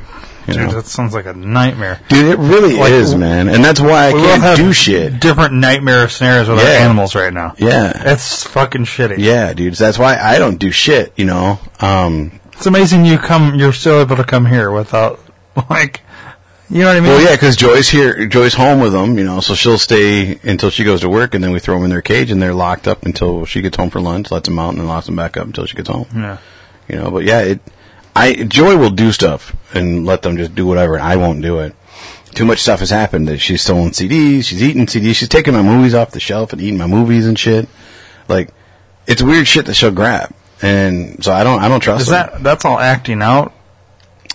[SPEAKER 2] You
[SPEAKER 1] Dude,
[SPEAKER 2] know?
[SPEAKER 1] that sounds like a nightmare.
[SPEAKER 2] Dude, it really
[SPEAKER 1] Like,
[SPEAKER 2] is, man, and that's why I
[SPEAKER 1] we all have
[SPEAKER 2] can't do shit.
[SPEAKER 1] Different nightmare scenarios with our
[SPEAKER 2] Yeah.
[SPEAKER 1] animals right now.
[SPEAKER 2] Yeah.
[SPEAKER 1] that's fucking shitty.
[SPEAKER 2] Yeah, dude, that's why I don't do shit. You know, um,
[SPEAKER 1] It's amazing you come. You're still able to come here without like, you know what I mean?
[SPEAKER 2] Well, yeah, because Joy's here. Joy's home with them, you know, so she'll stay until she goes to work, and then we throw them in their cage, and they're locked up until she gets home for lunch. Lets them out, and then locks them back up until she gets home.
[SPEAKER 1] Yeah.
[SPEAKER 2] You know, but yeah, it. I Joy will do stuff and let them just do whatever, and I won't do it. Too much stuff has happened. That she's stolen CDs. She's eating CDs. She's taking my movies off the shelf and eating my movies and shit. Like, it's weird shit that she'll grab, and so I don't. I don't trust
[SPEAKER 1] Is
[SPEAKER 2] them.
[SPEAKER 1] that that's all acting out?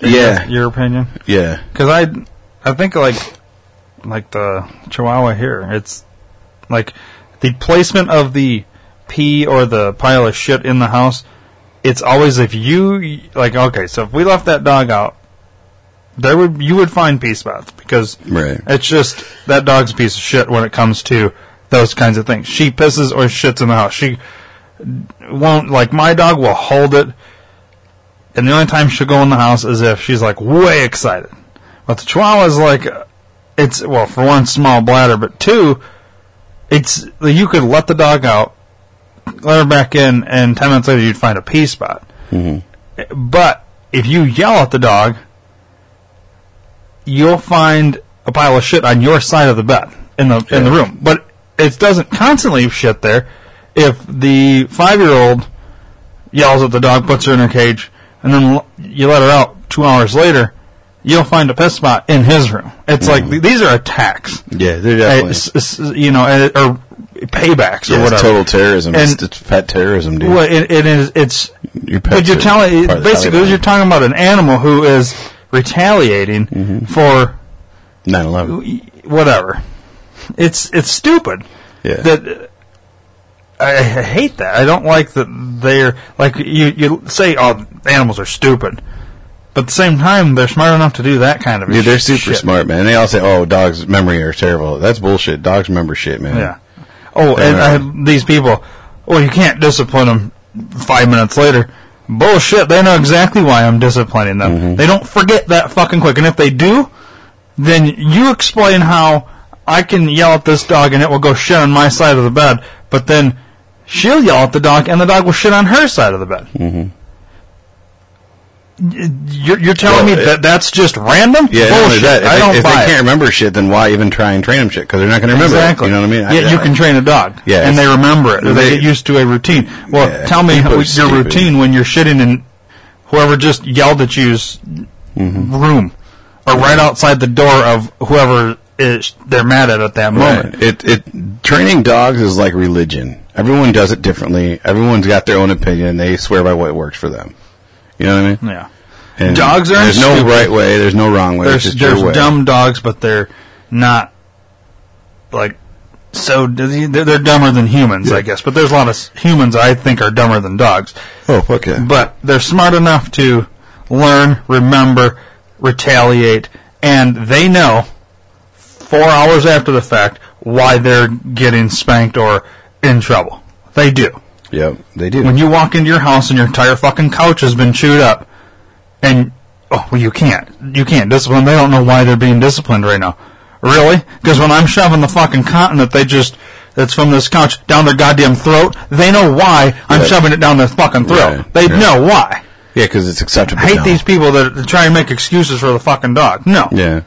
[SPEAKER 1] In
[SPEAKER 2] Yeah.
[SPEAKER 1] your, your opinion?
[SPEAKER 2] Yeah.
[SPEAKER 1] Because I, I think like, like the Chihuahua here, it's like the placement of the pee or the pile of shit in the house. It's always if you like okay, so if we left that dog out, there would you would find pee spots because
[SPEAKER 2] Right.
[SPEAKER 1] it's just that dog's a piece of shit when it comes to those kinds of things. She pisses or shits in the house. She won't like my dog will hold it, and the only time she'll go in the house is if she's like way excited. But the Chihuahua is like it's well for one small bladder, but two, it's you could let the dog out, let her back in, and ten minutes later you'd find a pee spot. But if you yell at the dog, you'll find a pile of shit on your side of the bed in the in the room. But it doesn't constantly shit there. if the five year old yells at the dog, puts her in her cage, and then l- you let her out two hours later, you'll find a piss spot in his room. It's like th- these are attacks.
[SPEAKER 2] Yeah, they're
[SPEAKER 1] Uh, s- s- you know, uh, or paybacks or
[SPEAKER 2] Yeah,
[SPEAKER 1] whatever.
[SPEAKER 2] it's total terrorism.
[SPEAKER 1] And
[SPEAKER 2] It's, it's pet terrorism, dude.
[SPEAKER 1] well, it, it is. It's
[SPEAKER 2] Your pets
[SPEAKER 1] but you're
[SPEAKER 2] are
[SPEAKER 1] telling
[SPEAKER 2] part of the
[SPEAKER 1] basically
[SPEAKER 2] Taliban.
[SPEAKER 1] you're talking about an animal who is retaliating
[SPEAKER 2] Mm-hmm.
[SPEAKER 1] for
[SPEAKER 2] 9/11.
[SPEAKER 1] whatever. It's it's stupid.
[SPEAKER 2] Yeah.
[SPEAKER 1] That uh, I, I hate that. I don't like that they're like you. You say, "Oh, animals are stupid," but at the same time, they're smart enough to do that kind of.
[SPEAKER 2] Dude, they're super
[SPEAKER 1] shit.
[SPEAKER 2] smart, man. They all say, "Oh, dogs' memory are terrible." That's bullshit. Dogs remember shit, man.
[SPEAKER 1] Yeah. Oh,
[SPEAKER 2] They're uh,
[SPEAKER 1] and I
[SPEAKER 2] not-
[SPEAKER 1] had these people. Well, you can't discipline them five minutes later. Bullshit. They know exactly why I'm disciplining them.
[SPEAKER 2] Mm-hmm.
[SPEAKER 1] They don't forget that fucking quick. And if they do, then you explain how I can yell at this dog and it will go shit on my side of the bed, but then she'll yell at the dog and the dog will shit on her side of the bed.
[SPEAKER 2] Mhm.
[SPEAKER 1] Y- You're, you're telling
[SPEAKER 2] Well,
[SPEAKER 1] me
[SPEAKER 2] it-
[SPEAKER 1] that that's just random?
[SPEAKER 2] Yeah, not only
[SPEAKER 1] Bullshit.
[SPEAKER 2] that, if,
[SPEAKER 1] I
[SPEAKER 2] they-
[SPEAKER 1] don't
[SPEAKER 2] if they,
[SPEAKER 1] buy it.
[SPEAKER 2] can't remember shit, then why even try and train them shit? Because they're not going to remember. it.
[SPEAKER 1] Exactly.
[SPEAKER 2] You know what I mean? I-
[SPEAKER 1] Yeah, you
[SPEAKER 2] I-
[SPEAKER 1] can train a dog.
[SPEAKER 2] Yeah,
[SPEAKER 1] and they
[SPEAKER 2] it's-
[SPEAKER 1] remember it. Or they
[SPEAKER 2] they-
[SPEAKER 1] get used to a routine. Well,
[SPEAKER 2] Yeah,
[SPEAKER 1] tell me
[SPEAKER 2] people
[SPEAKER 1] how,
[SPEAKER 2] are
[SPEAKER 1] your
[SPEAKER 2] stupid.
[SPEAKER 1] routine when you're shitting in whoever just yelled at you's
[SPEAKER 2] Mm-hmm.
[SPEAKER 1] room, or right outside the door of whoever is they're mad at at that moment.
[SPEAKER 2] Right. It it training dogs is like religion. Everyone does it differently. Everyone's got their own opinion. They swear by what works for them. You know what I mean?
[SPEAKER 1] Yeah.
[SPEAKER 2] And
[SPEAKER 1] Dogs aren't
[SPEAKER 2] There's no
[SPEAKER 1] stupid.
[SPEAKER 2] right way. There's no wrong way.
[SPEAKER 1] There's,
[SPEAKER 2] it's just
[SPEAKER 1] there's
[SPEAKER 2] your way.
[SPEAKER 1] dumb dogs, but they're not like so. d- They're they're dumber than humans, I guess. But there's a lot of s- humans I think are dumber than dogs.
[SPEAKER 2] Oh fuck yeah!
[SPEAKER 1] but they're smart enough to learn, remember, retaliate, and they know four hours after the fact why they're getting spanked or in trouble. They do.
[SPEAKER 2] Yep, they do.
[SPEAKER 1] When you walk into your house and your entire fucking couch has been chewed up, and oh, well, you can't, you can't discipline. They don't know why they're being disciplined right now. Really? Because when I'm shoving the fucking cotton that they just that's from this couch down their goddamn throat, they know why I'm
[SPEAKER 2] Yeah.
[SPEAKER 1] shoving it down their fucking throat.
[SPEAKER 2] Yeah,
[SPEAKER 1] They
[SPEAKER 2] yeah.
[SPEAKER 1] know why.
[SPEAKER 2] yeah, because it's acceptable.
[SPEAKER 1] I hate
[SPEAKER 2] now.
[SPEAKER 1] these people that that try and make excuses for the fucking dog. No,
[SPEAKER 2] Yeah.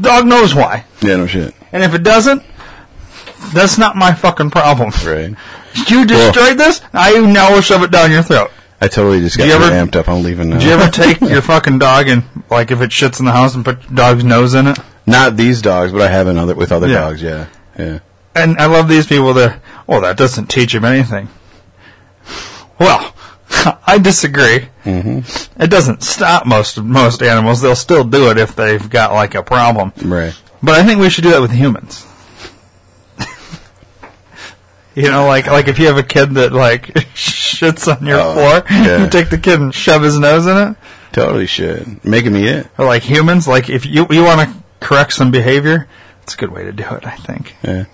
[SPEAKER 1] dog knows why,
[SPEAKER 2] Yeah. No shit.
[SPEAKER 1] and if it doesn't, that's not my fucking problem.
[SPEAKER 2] Right.
[SPEAKER 1] You destroyed this. I now will shove it down your throat.
[SPEAKER 2] I totally just
[SPEAKER 1] Do
[SPEAKER 2] got
[SPEAKER 1] you ever-
[SPEAKER 2] amped up. I'm leaving uh, now.
[SPEAKER 1] Did you ever take your fucking dog and like if it shits in the house and put your dog's nose in it?
[SPEAKER 2] Not these dogs, but I have another with other
[SPEAKER 1] Yeah.
[SPEAKER 2] dogs. Yeah. Yeah.
[SPEAKER 1] And I love these people that well that doesn't teach him anything. Well, I disagree. Mm-hmm. It doesn't stop most most animals. They'll still do it if they've got like a problem.
[SPEAKER 2] Right.
[SPEAKER 1] But I think we should do that with humans. you know, like like if you have a kid that like shits on your
[SPEAKER 2] Oh,
[SPEAKER 1] floor,
[SPEAKER 2] yeah.
[SPEAKER 1] you take the kid and shove his nose in it.
[SPEAKER 2] Totally shit. Making me it.
[SPEAKER 1] Or like humans, like if you you want to correct some behavior, it's a good way to do it. I think.
[SPEAKER 2] Yeah.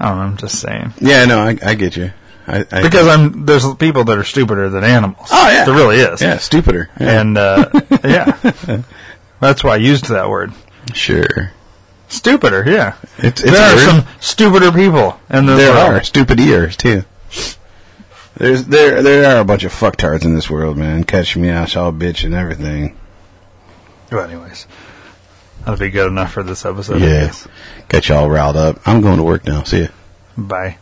[SPEAKER 1] I don't know. I'm just saying
[SPEAKER 2] Yeah. No, I, I get you. I, I
[SPEAKER 1] because I'm there's people that are stupider than animals.
[SPEAKER 2] Oh, yeah.
[SPEAKER 1] there really is.
[SPEAKER 2] yeah stupider. Yeah.
[SPEAKER 1] and uh, yeah, that's why I used that word.
[SPEAKER 2] Sure.
[SPEAKER 1] Stupider, yeah.
[SPEAKER 2] It's, it's
[SPEAKER 1] there are
[SPEAKER 2] weird.
[SPEAKER 1] some stupider people, and
[SPEAKER 2] There are stupid ears too. There's there there are a bunch of fucktards in this world, man. Catch me, I shall bitch and everything.
[SPEAKER 1] Well, anyways, that'll be good enough for this episode. I
[SPEAKER 2] Yeah,
[SPEAKER 1] guess.
[SPEAKER 2] Got y'all riled up. I'm going to work now. See ya.
[SPEAKER 1] Bye.